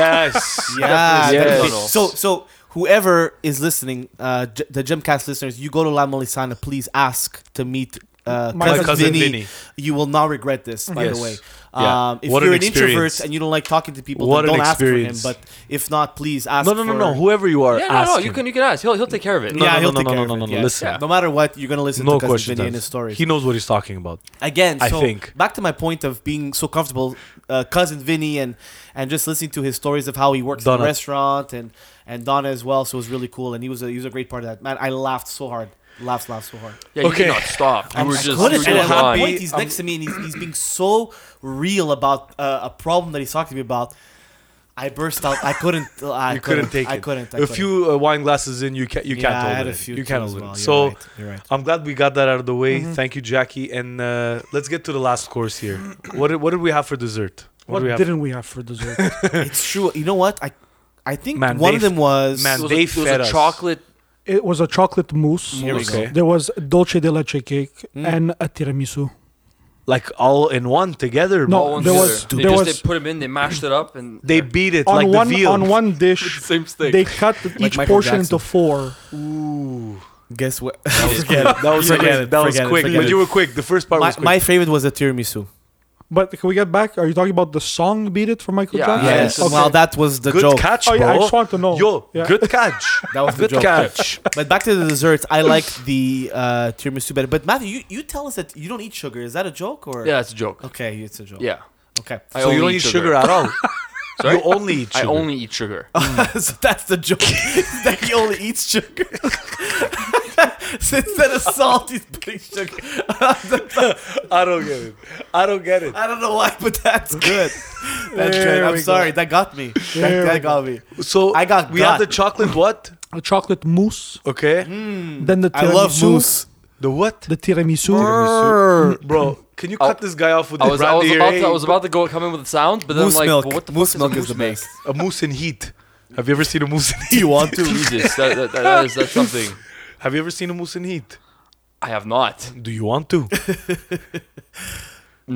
Yes.
yeah.
Yes.
definitely.
Yes.
Ah, So so whoever is listening, uh, J- the Gymcast listeners, you go to La Molisana. Please ask to meet. Uh,
My
cousin,
cousin
Vinny.
Vinny.
You will not regret this, by
Yes.
the way.
Yeah.
Um, if
What an
you're an,
experience.
introvert and you don't like talking to people,
What
then
an
don't ask for him.
experience.
But if not, please ask.
No, no, no,
for-
no. Whoever you are,
Yeah, no,
ask
no. You
him.
can, you can ask. He'll, he'll take care of it.
No,
yeah,
no,
he'll
no,
take
no,
care
no,
of
no,
it,
no, no.
yeah.
Listen.
no matter what, you're gonna listen
No
to cousin
questions.
Vinny and his
asked.
stories.
He knows what he's talking about.
Again, so
I think.
back to my point of being so comfortable, uh, cousin Vinny and and just listening to his stories of how he works in
Donna.
the restaurant and and Donna as well. So it was really cool, and he was a, he was a great part of that. Man, I laughed so hard. Laughs, laughs so hard.
Yeah,
Okay.
you cannot stop. You
I'm
were
I
just
couldn't.
you were
and at one
gone.
point, he's next to me, and he's, he's being so real about uh, a problem that he's talking to me about. I burst out. I couldn't. uh, I
you couldn't take
I
it.
couldn't. I
a
couldn't.
few uh, wine glasses in, you can't. You
yeah,
can't
I
hold
had
it.
a few.
you
too
can't
as
hold
well.
it.
You're
So
right. you're right.
I'm glad we got that out of the way. Thank you, Jackie. And uh, let's get to the last course here. What did, what did we have for dessert?
What
did we have?
didn't we have for dessert?
it's true. You know what? I, I think
Man,
one
they
of them was
It
man,
was,
they
a, it was
fed
a
us.
chocolate.
it was a chocolate mousse.
Here
we go. Mm.
There was dulce de leche cake and a tiramisu.
like all in one together.
No,
bro.
all in
there
together.
was-
they
there
just
was-
they put them in, they mashed it up, and
they beat it
On
like
one
the veal.
on one dish,
same steak.
they cut each
Michael
portion
Jackson.
into four.
Ooh,
Guess what?
forget it. That was
Forget
amazing.
it,
That was
forget it,
quick.
forget
But
it.
you were quick. The first part
my,
was quick.
my favorite was the tiramisu.
But can we get back? Are you talking about the song "Beat It" from Michael
Yeah.
Jackson?
Yes.
Okay.
Well, that was the
good
joke.
catch,
Oh,
bro.
yeah, I just want to know.
Yo,
Yeah.
good catch.
That was the
good
joke.
catch.
But back to the desserts. I like the uh, tiramisu better. But Matthew, you, you tell us that you don't eat sugar. Is that a joke or?
yeah, it's a joke.
Okay, it's a joke.
Yeah.
Okay.
I
so
only
you don't eat sugar at all.
Sorry?
You only eat
I
sugar.
only eat sugar.
so that's the joke that he only eats sugar. so instead of salt, he's putting sugar.
I don't get it. I don't get it.
I don't know why, but that's good. That's
There
good. I'm
we
sorry. That got me.
There
That, that
we
got me.
So
I got
we had
God.
the chocolate what?
A chocolate mousse,
Okay.
then the
I
tiramisu.
love mousse.
The what?
The tiramisu.
Mm, Bro, can you cut
I'll-
this guy off with
I
the
was, I was,
brandy
about
here,
to, I
eh?
was about to go come in with sounds, but then
Moose
I'm like,
milk.
but what the fuck
moose
is a
milk
moose
is the
milk?
best.
a moose in heat. Have you ever seen a moose in heat?
Do you want to?
Jesus, that, that, that is that's something
Have you ever seen a moose in heat?
I have not.
Do you want to?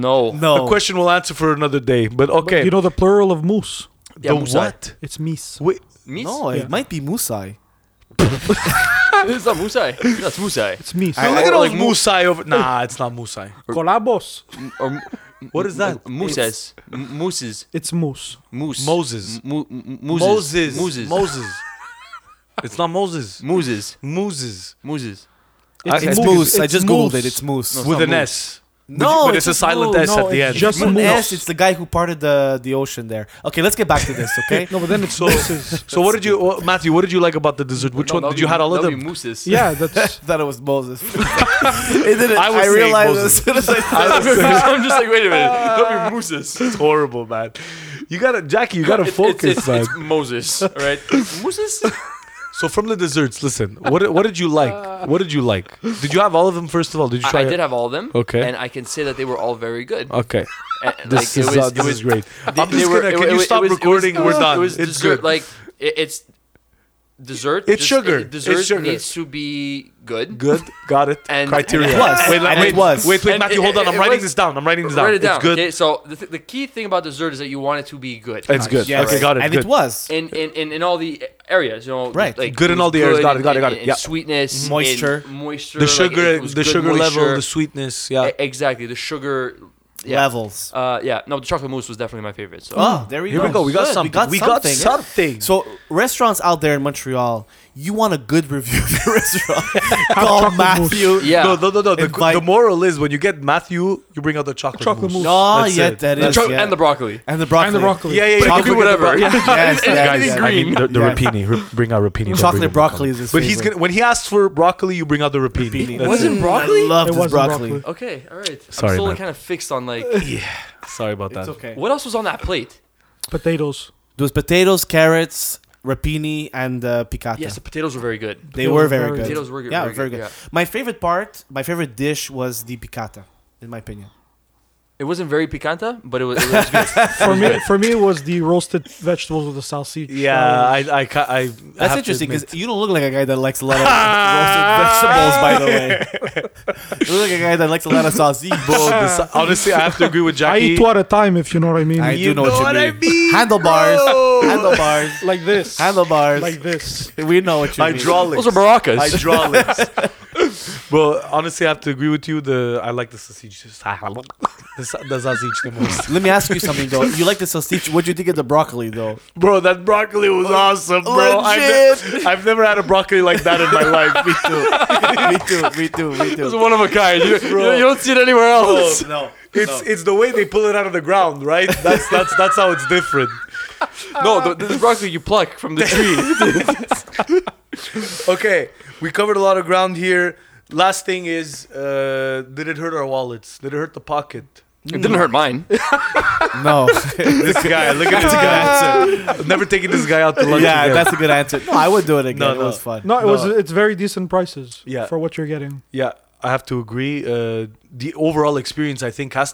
No.
No.
A question we'll answer for another day. But okay.
You know the plural of mousse?
Yeah,
the
moose eye.
what?
It's mise.
Wait,
Meats?
No,
Yeah.
it might be musai.
it's not musai. That's musai.
It's mise.
look
or
at
like
those
mo-
moose eye over. Nah, it's not moose eye.
Colabos.
Or m-
What is that?
m- Mooses. M- Mooses.
It's mousse.
Moose.
Moses.
M- mo- m-
Moses.
Mooses. Mooses.
Moses. it's not Moses.
Moses.
Moses.
Moses.
It's
It's
mousse.
moose. I
It's
just googled
moose.
it. It's moose.
With
not
an
moose.
S.
No,
but it's a
just
silent S
moose.
No,
at the
it's
end.
just
It's an
moose.
S. It's the guy who parted the the ocean there. Okay, let's get back to this. Okay.
No, but then it's
So-
mousses.
So what did you, what, Matthew? What did you like about the dessert? Which
No,
one
that'll
did you
be-
had all of
that'll
them?
be mooses.
Yeah, that's.
thought it was Moses. it didn't.
I
I,
was saying
realized
Moses.
as soon as I said
I'm just like, wait a minute. That'll be mooses.
It's horrible, man. You gotta, Jackie. You gotta
It-
focus,
it's, it's,
man.
it's Moses, all right? Moses?
so from the desserts, listen. What did- what did you like? What did you like? Did you have all of them? First of all, Uh, did you try?
I, I did have all of them.
Okay.
And I can say that they were all very good.
Okay,
And,
this
like,
is
it was,
uh,
it
this
was
is great. I'm
They
just
were-
gonna.
it-
Can
it-
you
it
stop
was- it was-
recording?
it
We're
was-
done.
It was
it's
dessert.
good.
Like it, it's dessert.
It's sugar.
It, dessert
It's sugar.
needs to be good.
good. Got it.
And-
Criteria.
It was.
Wait,
And
wait,
it
was.
wait, wait,
And
Matthew.
it-
Hold on.
it-
I'm
it
writing
was-
this down. I'm writing this down.
Write it down.
It's good.
Okay, so the, th- the key thing about dessert is that you want it to be good.
It's good.
Yes.
Okay, got it.
And
good.
it was.
In, in, in, in all the areas, you know,
Right.
Like
Good in
it was
all the areas.
good
Got it, got it,
in-
got it.
in
Yeah.
Sweetness, in
Moisture.
moisture,
the
like, it-
sugar,
it was
the
good
sugar level, the
moisture.
sweetness. Yeah.
E- exactly. The sugar yeah.
levels.
Uh, yeah. No, the chocolate mousse was definitely my favorite. So
Oh, there we
Here
go.
we go. We got
Good,
something. We got something.
So restaurants out there in Montreal, you want a good review of your restaurant. Call
chocolate
Matthew.
yeah.
No, no, no, no. The,
Invite-
the moral is when you get Matthew, you bring out the chocolate,
Chocolate
mousse.
mousse.
No,
That's
yeah,
it.
that
the
is.
cho-
yeah.
and the broccoli.
and the broccoli.
And the broccoli.
Yeah, yeah,
But
yeah.
it could be whatever.
Yeah.
Yes, yes,
Guys,
yes.
I mean,
the, the
Yeah.
rapini. R- bring out rapini. don't
Chocolate
bring out
broccoli is his
But he's
favorite.
gonna when he asks for broccoli, you bring out the rapini.
Rapini.
That's
Wasn't
it.
broccoli?
I love
It
this
wasn't
broccoli.
broccoli.
Okay, all right.
Sorry,
I'm still
man.
kind of fixed on like
Sorry about that.
It's okay.
what else was on that plate.
Potatoes.
There was potatoes, carrots, rapini, and uh, piccata.
Yes, the potatoes were very good.
they
Potatoes
were
were
very
very
good.
good.
Potatoes were good,
Yeah,
very
very good.
good,
My favorite part, my favorite dish was the piccata, in my opinion.
It wasn't very picanta, but it was, it was good.
For me, for me, it was the roasted vegetables with the Uh, salsiccia.
Yeah, I, I, ca- I.
That's interesting because you don't look like a guy that likes a lot of roasted vegetables, by the way. you look like a guy that likes a lot of sausage.
because honestly, I have to agree with
I
Jackie.
eat two at a time, if you know what I mean.
I
You
do know, what you
know what I
mean.
mean,
Handlebars,
bro.
handlebars,
like this.
handlebars.
Like this.
we know what you mean.
Hydraulics.
Those are maracas.
Hydraulics. Bro, honestly, I have to agree with you. The I like the sausage. The, sa- the sausage the most.
Let me ask you something though. You like the sausage? What do you think of the broccoli though?
Bro, that broccoli was awesome, bro. I've, ne- I've never had a broccoli like that in my life. Me too.
me too. Me too. Me
It was
too.
one of a kind. You, you, you don't see it anywhere else.
No.
Oh, It's it's the way they pull it out of the ground, right? That's that's that's how it's different. Ah.
No, the, the broccoli you pluck from the tree.
Okay, we covered a lot of ground here. Last thing is, uh, did it hurt our wallets? Did it hurt the pocket?
It didn't hurt mine.
No.
This guy, look at
That's a good answer.
this. I've never taken this guy out to lunch.
yeah,
again.
that's a good answer. No, I would do it again.
No,
It
no.
was fun.
No, it
No.
was. It's very decent prices.
Yeah.
For what you're getting.
Yeah, I have to agree. Uh, the overall experience, I think, has.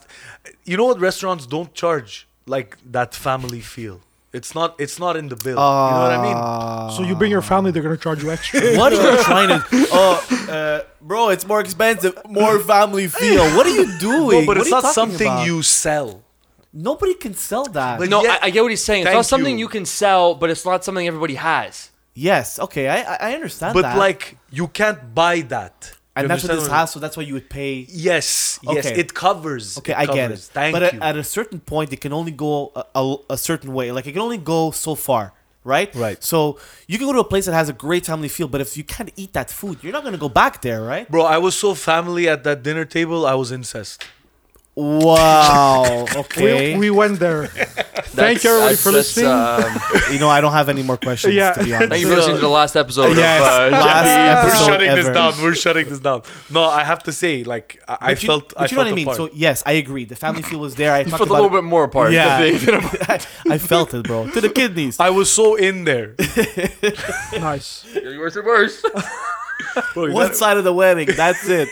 you know what? Restaurants don't charge like that family feel. It's not. It's not in the bill. you know what I
Ah.
mean?
So you bring your family, they're gonna charge you extra.
What are you trying to? Oh, uh, bro, it's more expensive, more family feel. What are you doing?
No, but
What
it's
are you
not
talking
something
about?
you sell.
Nobody can sell that.
But-
no,
yeah,
I, I get what he's saying. It's
thank
not something
you.
you can sell, but it's not something everybody has.
yes, okay, I I- I understand
But
that.
like, you can't buy that. You
and that's what
understand I
this
mean?
has, so that's why you would pay.
Yes, yes,
Okay.
it covers.
Okay, I get it.
covers. Thank
but at-
you.
at a certain point, it can only go a, a, a certain way. Like it can only go so far, right?
Right.
So you can go to a place that has a great family feel, but if you can't eat that food, you're not gonna go back there, right?
Bro, I was so family at that dinner table. I was incest.
Wow. Okay.
We, we went there. Thank you everybody for listening.
um,
you know, I don't have any more questions.
Yeah.
To be honest.
thank you for listening to the last episode
Yes,
of uh,
last
Japanese-
We're
episode.
shutting
ever.
this down. We're shutting this down. No, I have to say, like, I, I
But you-
felt.
but
I
you know
felt
what I mean.
apart.
So yes, I agree. The family feel was there. I
You
talked
felt a
about
little
it.
bit more apart.
Yeah.
than they- than-
I felt it, bro, to the kidneys.
I was so in there.
nice.
Yours are worse.
Bro, you
One
gotta-
side of the wedding. That's it.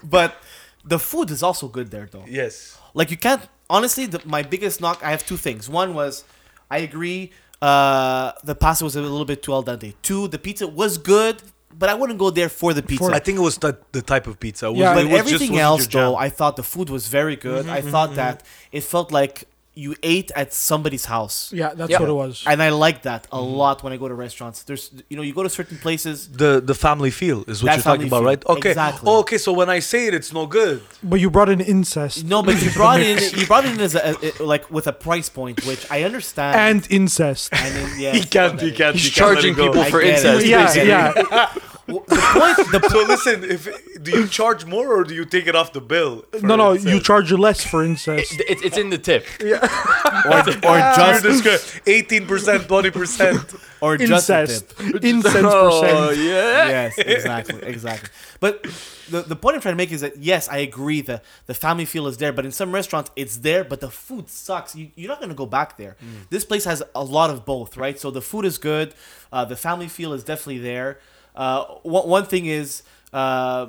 but the food is also good there, though.
Yes.
Like you can't. Honestly, the, my biggest knock. I have two things. One was, I agree. Uh, the pasta was a little bit too al dente. Two, the pizza was good, but I wouldn't go there for the pizza.
I think it was the, the type of pizza. It was-
Yeah.
it
but
was just
everything
wasn't your
else
jam.
though i thought the food was very good
Mm-hmm,
i thought that it felt like you ate at somebody's house
Yeah, that's
Yeah.
what it was.
and i like that a lot when i go to restaurants there's you know you go to certain places
the the family feel is what
That
you're talking
family
about,
feel.
right? Okay.
Exactly.
Oh, okay. So when I say it, it's no good.
But you brought in incest
no but you brought in you brought in as a, a- like with a price point which i understand
and incest.
and then, yeah,
can't.
He's charging people
I
for
get it.
incest.
Yeah,
basically.
yeah. W- the point the
So listen, if do you charge more or do you take it off the bill? for
No, no,
incest?
you charge less for incest.
It's, it's in the tip.
or
You're
just
discre- 18%, 20%.
or just the tip.
incest. Incense
Oh,
percent.
yeah.
yes, exactly, exactly. But the, the point I'm trying to make is that yes, I agree the the family feel is there, but in some restaurants it's there, but the food sucks. You, you're not gonna go back there.
Mm.
This place has a lot of both, right? So the food is good, uh, the family feel is definitely there. Uh, one, one thing is. Uh,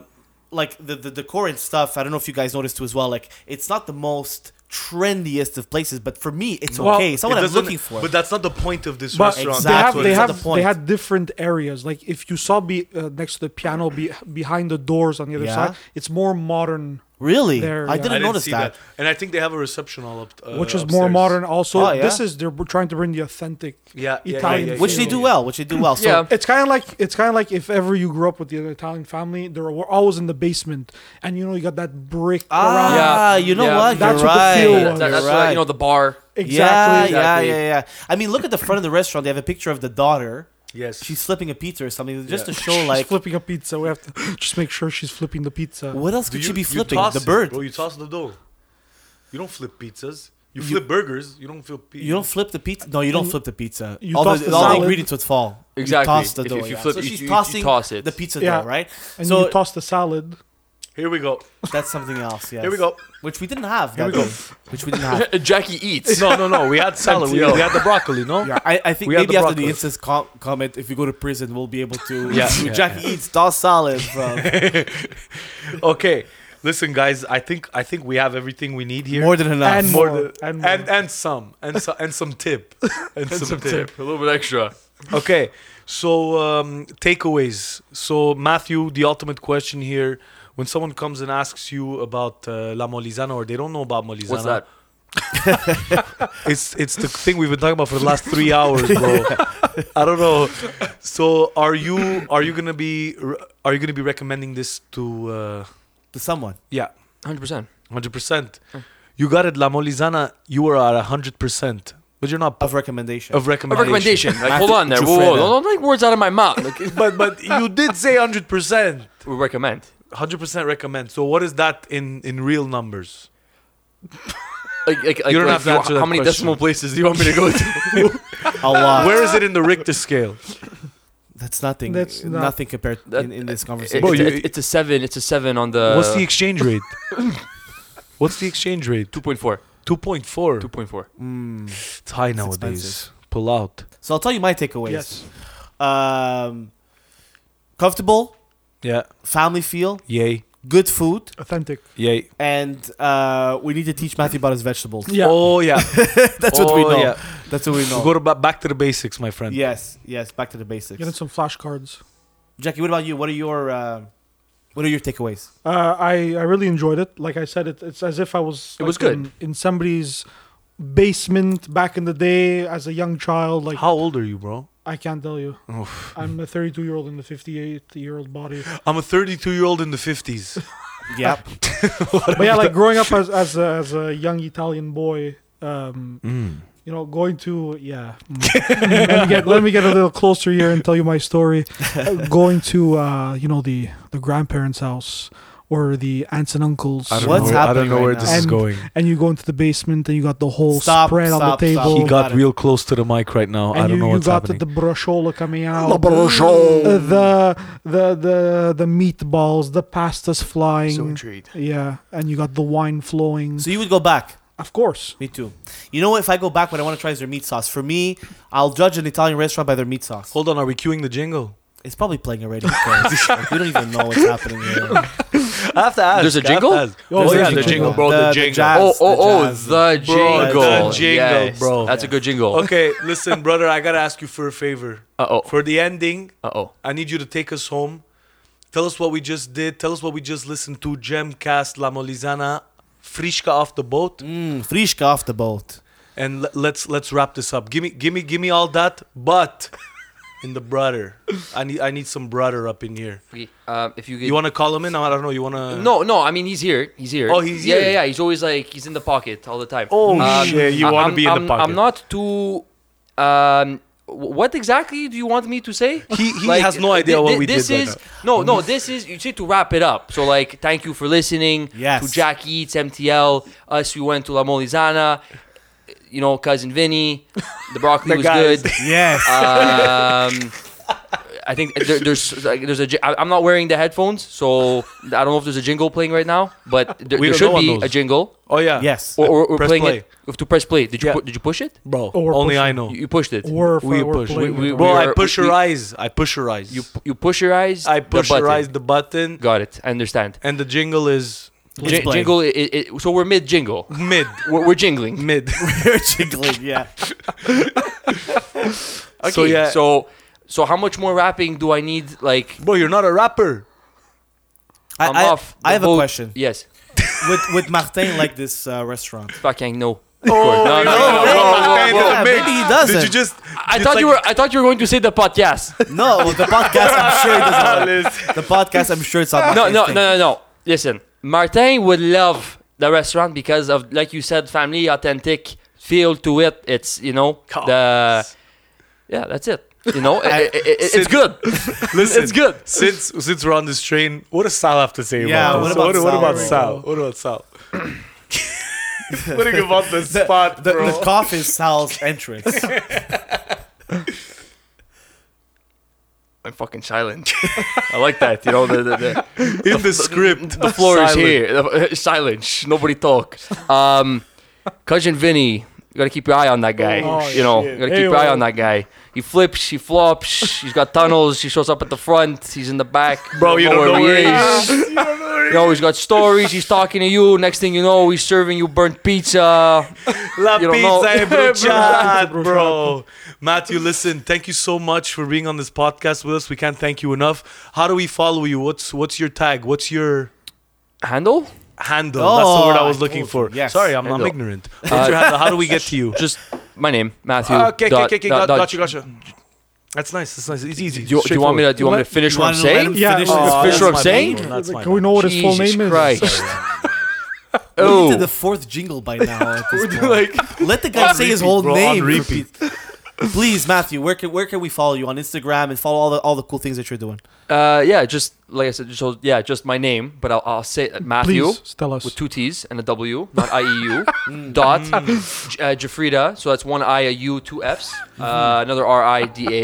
like the, the decor and stuff, I don't know if you guys noticed too as well. Like, it's not the most trendiest of places, but for me, it's
Well,
okay. It's not
It
what I'm
doesn't-
looking for.
But that's not the point of this
But
restaurant.
they have
Exactly.
they
That's
have
the point.
they had different areas. Like if you saw be uh, next to the piano, be behind the doors on the other
Yeah.
side, it's more modern,
really,
There,
I
yeah.
didn't,
I didn't
notice
see
that.
that. And I think they have a reception all up. Uh,
which is more
upstairs.
modern. Also,
Oh, yeah?
this is they're b- trying to bring the authentic
Yeah, yeah, yeah,
Italian,
yeah, yeah,
Which they do well. Which they do well. So
Yeah.
It's kind of like it's kind of like if ever you grew up with the Italian family, they were always in the basement, and you know you got that brick around.
Ah,
Yeah.
you know
Yeah.
what?
That's
You're
what the feel
right.
was.
That- that's
You're
what,
right.
you know the bar.
yeah,
Exactly.
yeah,
exactly.
yeah, yeah. I mean, look at the front of the restaurant. They have a picture of the daughter.
Yes.
She's flipping a pizza or something, just
Yeah.
to show like
she's flipping a pizza. We have to just make sure she's flipping the pizza.
what else
Do
could
you-
she be
you
flipping?
toss
The
it,
bird.
Bro, you toss the dough. You don't flip pizzas. You, flip burgers. You don't flip pizza.
You don't flip the pizza. No, you don't flip the pizza.
you
all
toss
the,
the
all the
salad.
ingredients would fall. You
Exactly.
toss the
If-
dough,
if you
yeah.
flip-
so
you-
she's
you- you
tossing
toss it.
the pizza
Yeah.
dough, right?
and
so
you toss the salad.
Here we go.
that's something else. Yes.
Here we go.
Which we didn't have. Here we go. Which we didn't
Ah.
have.
Jackie eats.
No, no, no. We had salad. we,
Empty.
we had the broccoli, no?
Yeah, I, I think
We had
maybe
the
after the
broccoli.
instance com- comment, if we go to prison, we'll be able to.
Yeah.
do
Yeah.
Jackie eats toss salad, bro.
Okay. Listen, guys. I think I think we have everything we need here.
More than enough.
And
More
More,
than-
and
and,
more.
and some and so, and some tip and, some, tip.
a little bit extra.
Okay. So um, takeaways. So Matthew, the ultimate question here: When someone comes and asks you about uh, La Molizana, or they don't know about Molizana,
What's that?
It's it's the thing we've been talking about for the last three hours, bro. I don't know. So are you are you gonna be are you gonna be recommending this to? Uh,
to someone.
yeah,
100%.
hundred percent. You got it, La Molizana. You are at hundred percent, but you're not
of recommendation.
of
A
recommendation.
recommendation. Like, hold
Matthew
on there. Whoa, whoa,
Jufreda.
Don't take words out of my mouth. Like,
but but you did say hundred percent,
we recommend.
hundred percent recommend. So what is that in in real numbers?
Like, like, like,
You don't
like,
have to
you-
answer that
How many
question.
decimal places do you want me to go to?
a lot.
Where is it in the Richter scale?
That's nothing.
That's
That's
not-
nothing compared
That-
in, in this
It-
conversation.
Bro,
it's,
you-
a- it's a seven. It's a seven on the.
What's the exchange rate? What's the exchange rate?
2.4?
2.4.
2.4.
Mm.
It's high nowadays.
expensive.
Pull out.
So I'll tell you my takeaways.
Yes.
Um, comfortable,
Yeah.
family feel,
Yay.
good food,
Authentic.
Yay.
and uh, we need to teach Matthew about his vegetables.
Yeah.
Oh, yeah.
That's what we
Oh,
know.
yeah.
That's what we
We
know.
go to ba- back to the basics, my friend.
yes, yes. Back to the basics.
Get in some flashcards.
Jackie, what about you? What are your uh, what are your takeaways?
Uh, I I really enjoyed it. Like I said, it, it's as if I was.
It
like,
was good.
in, in somebody's basement back in the day as a young child. Like
How old are you, bro?
I can't tell you. I'm a 32 year old in the 58 year old body.
I'm a 32 year old in the 50s.
Yep.
but yeah, like growing up as as a, as a young Italian boy, um,
Mm.
you know, going to yeah. Mm. let, me get, let me get a little closer here and tell you my story. Uh, going to uh, you know the the grandparents' house or the aunts and uncles,
I don't
What's
know, I
happening
don't know
right
where
now?
this is
And-
going.
and you go into the basement and you got the whole
Stop,
spread on
stop,
the
stop.
table.
He got
got it.
real close to the mic right now.
Oh, and
I don't
you,
know
you
what's
got
happening.
the brociola coming out. The brociola. The, the the the meatballs, the pastas flying.
intrigued.
yeah, and you got the wine flowing.
so you would go back.
of course.
Me too. You know what? If I go back, what I want to try is their meat sauce. For me, I'll judge an Italian restaurant by their meat sauce.
Hold on, are we queuing the jingle?
It's probably playing already. because, like, we don't even know what's happening here.
I have to ask.
There's a I have to jingle? ask.
Oh,
oh,
there's
yeah,
a
the jingle,
jingle.
bro. The,
The- the
jingle.
jazz.
Oh, oh, oh,
That's the
the
Bro, the
jingle.
jingle,
Yes.
bro.
That's a good jingle.
Okay, listen, brother, I got to ask you for a favor.
Uh oh.
For the ending,
Uh oh.
I need you to take us home. Tell us what we just did. Tell us what we just listened to. Gemcast La Molizana, Frischka off the boat,
Mm, Frischka off the boat.
and l- let's let's wrap this up. Give me give me give me all that, but in the brother. I need I need some brother up in here.
Um, if you get.
You want to call him in? I don't know. You want to?
no, no. I mean, he's here. He's here.
Oh, he's
yeah,
here.
Yeah, yeah. He's always like he's in the pocket all the time. Um,
Oh, shit, you
I-
wanna
I'm-
be in the
I'm-
pocket.
I'm not too. Um, wh- what exactly do you want me to say?
He- he has no idea what we
this
did right
is no, no. This is you see to wrap it up. So like, thank you for listening.
Yes.
To Jack Eats MTL, us. We went to La Molizana. You know, cousin Vinny, the broccoli
The
was
guys.
good.
Yes.
Um, I think there, there's like, there's a. ji- I- I'm not wearing the headphones, so I don't know if there's a jingle playing right now, but there, there
We don't
should
know on
be a
those.
jingle.
Oh yeah.
yes.
Or, or, or
Press
playing
play.
it. You have to press play. Did you
Yeah.
pu- did you push it?
bro.
Oh, we're
only
pushing.
I know.
You, you pushed it.
We're,
We
we're
push.
playing
We-
it.
we-
bro, I
are-
pusherize. I pusherize.
You you push your eyes.
I
the button.
pusherize the button,
Got it. I understand.
and the jingle is
Let's
J-
play.
jingle. i i i- so we're mid jingle.
mid.
We're, we're jingling.
Mid.
You're jiggling, yeah.
Okay.
So, yeah.
So so how much more rapping do I need? Like
Bro, you're not a rapper.
I,
I'm
I-
off. Oh.
I
the
have a
boat.
question.
Yes.
With with Martin like this uh, restaurant.
Fucking no. Of course.
Oh,
No, no, no, no,
no,
whoa, whoa,
no,
whoa.
no,
Yeah,
mix.
maybe he doesn't.
Did you just?
I
it's
thought you
like-
were. I thought you were going to say the podcast.
No, the podcast I'm sure it doesn't. the podcast I'm sure it's not.
no,
Martin's
no, no,
thing.
no, no. Listen, Martin would love the restaurant because of, like you said, family, authentic feel to it. It's you know the yeah, that's it. You know, i- i- i- it's
Sid-
good.
Listen,
It's good.
Since since we're on this train, what does Sal have to say
Yeah,
about
what
this?
about
what,
Sal?
about
There we
Sal? What about Sal? Putting him on the spot,
The,
bro.
the cough is Sal's entrance.
I'm fucking silent. I like that. You know, the the, the,
In the script,
the floor
Silent.
is here. Silence. Nobody talk. Um, cousin Vinny, you gotta keep your eye on that guy.
Oh,
you know,
shit.
you gotta keep your
Hey,
eye
well.
on that guy. He flips, he flops. He's got tunnels. He shows up at the front. He's in the back.
Bro, you don't know where he is.
You know, he's got stories. He's talking to you. Next thing you know, he's serving you burnt pizza.
La
You don't know.
pizza e
Bruciata,
bruciata, bro. Matthew, listen, thank you so much for being on this podcast with us. We can't thank you enough. How do we follow you? What's what's your tag? What's your
Handle?
handle? That's the word I
Oh,
was
I
looking
told
for.
you. Yes.
Sorry, I'm, I'm
Handle. Uh,
ignorant. What's your handle? How do we get to you?
Just my name, Matthew.
Ah, okay, okay,
dot-
okay, okay.
dot-
Got,
dot-
gotcha, gotcha. That's nice. That's nice. It's easy.
Do you, do you want me to? Do you want me to finish what I'm
Wanna let him
saying?
Yeah,
finish
oh,
his-
Finish what I'm saying?
That's my
Like, we know what his full
Jesus
name is.
Christ.
We need to the
oh,
fourth jingle by now. At this point. Let the guy say his
repeat,
whole
bro, on
name. for
repeat.
Pete- Please, Matthew, where can where can we follow you on Instagram and follow all the all the cool things that you're doing?
uh, yeah. Just like I said. just- So yeah, just my name, but I'll, I'll say it, Matthew
Please tell us.
with two T's and a W, not I E U. dot J- uh, Jafrida. So that's one I a U, two F's, uh, another R I D A.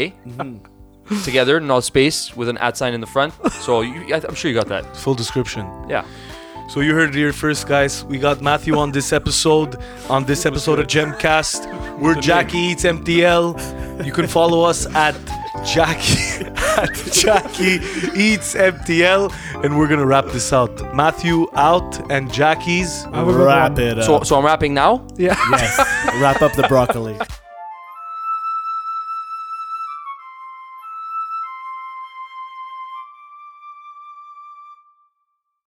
together, no space with an at sign in the front. So you, I, I'm sure you got that.
Full description.
Yeah.
So you heard it here first, guys. We got Matthew on this episode, on this episode of Gemcast. We're Jackie Eats MTL. You can follow us at Jackie at Jackie Eats MTL, and we're gonna wrap this out. Matthew out and Jackie's.
Have a good one.
it
Uh.
So so I'm rapping now.
Yeah.
yes. Wrap up the broccoli.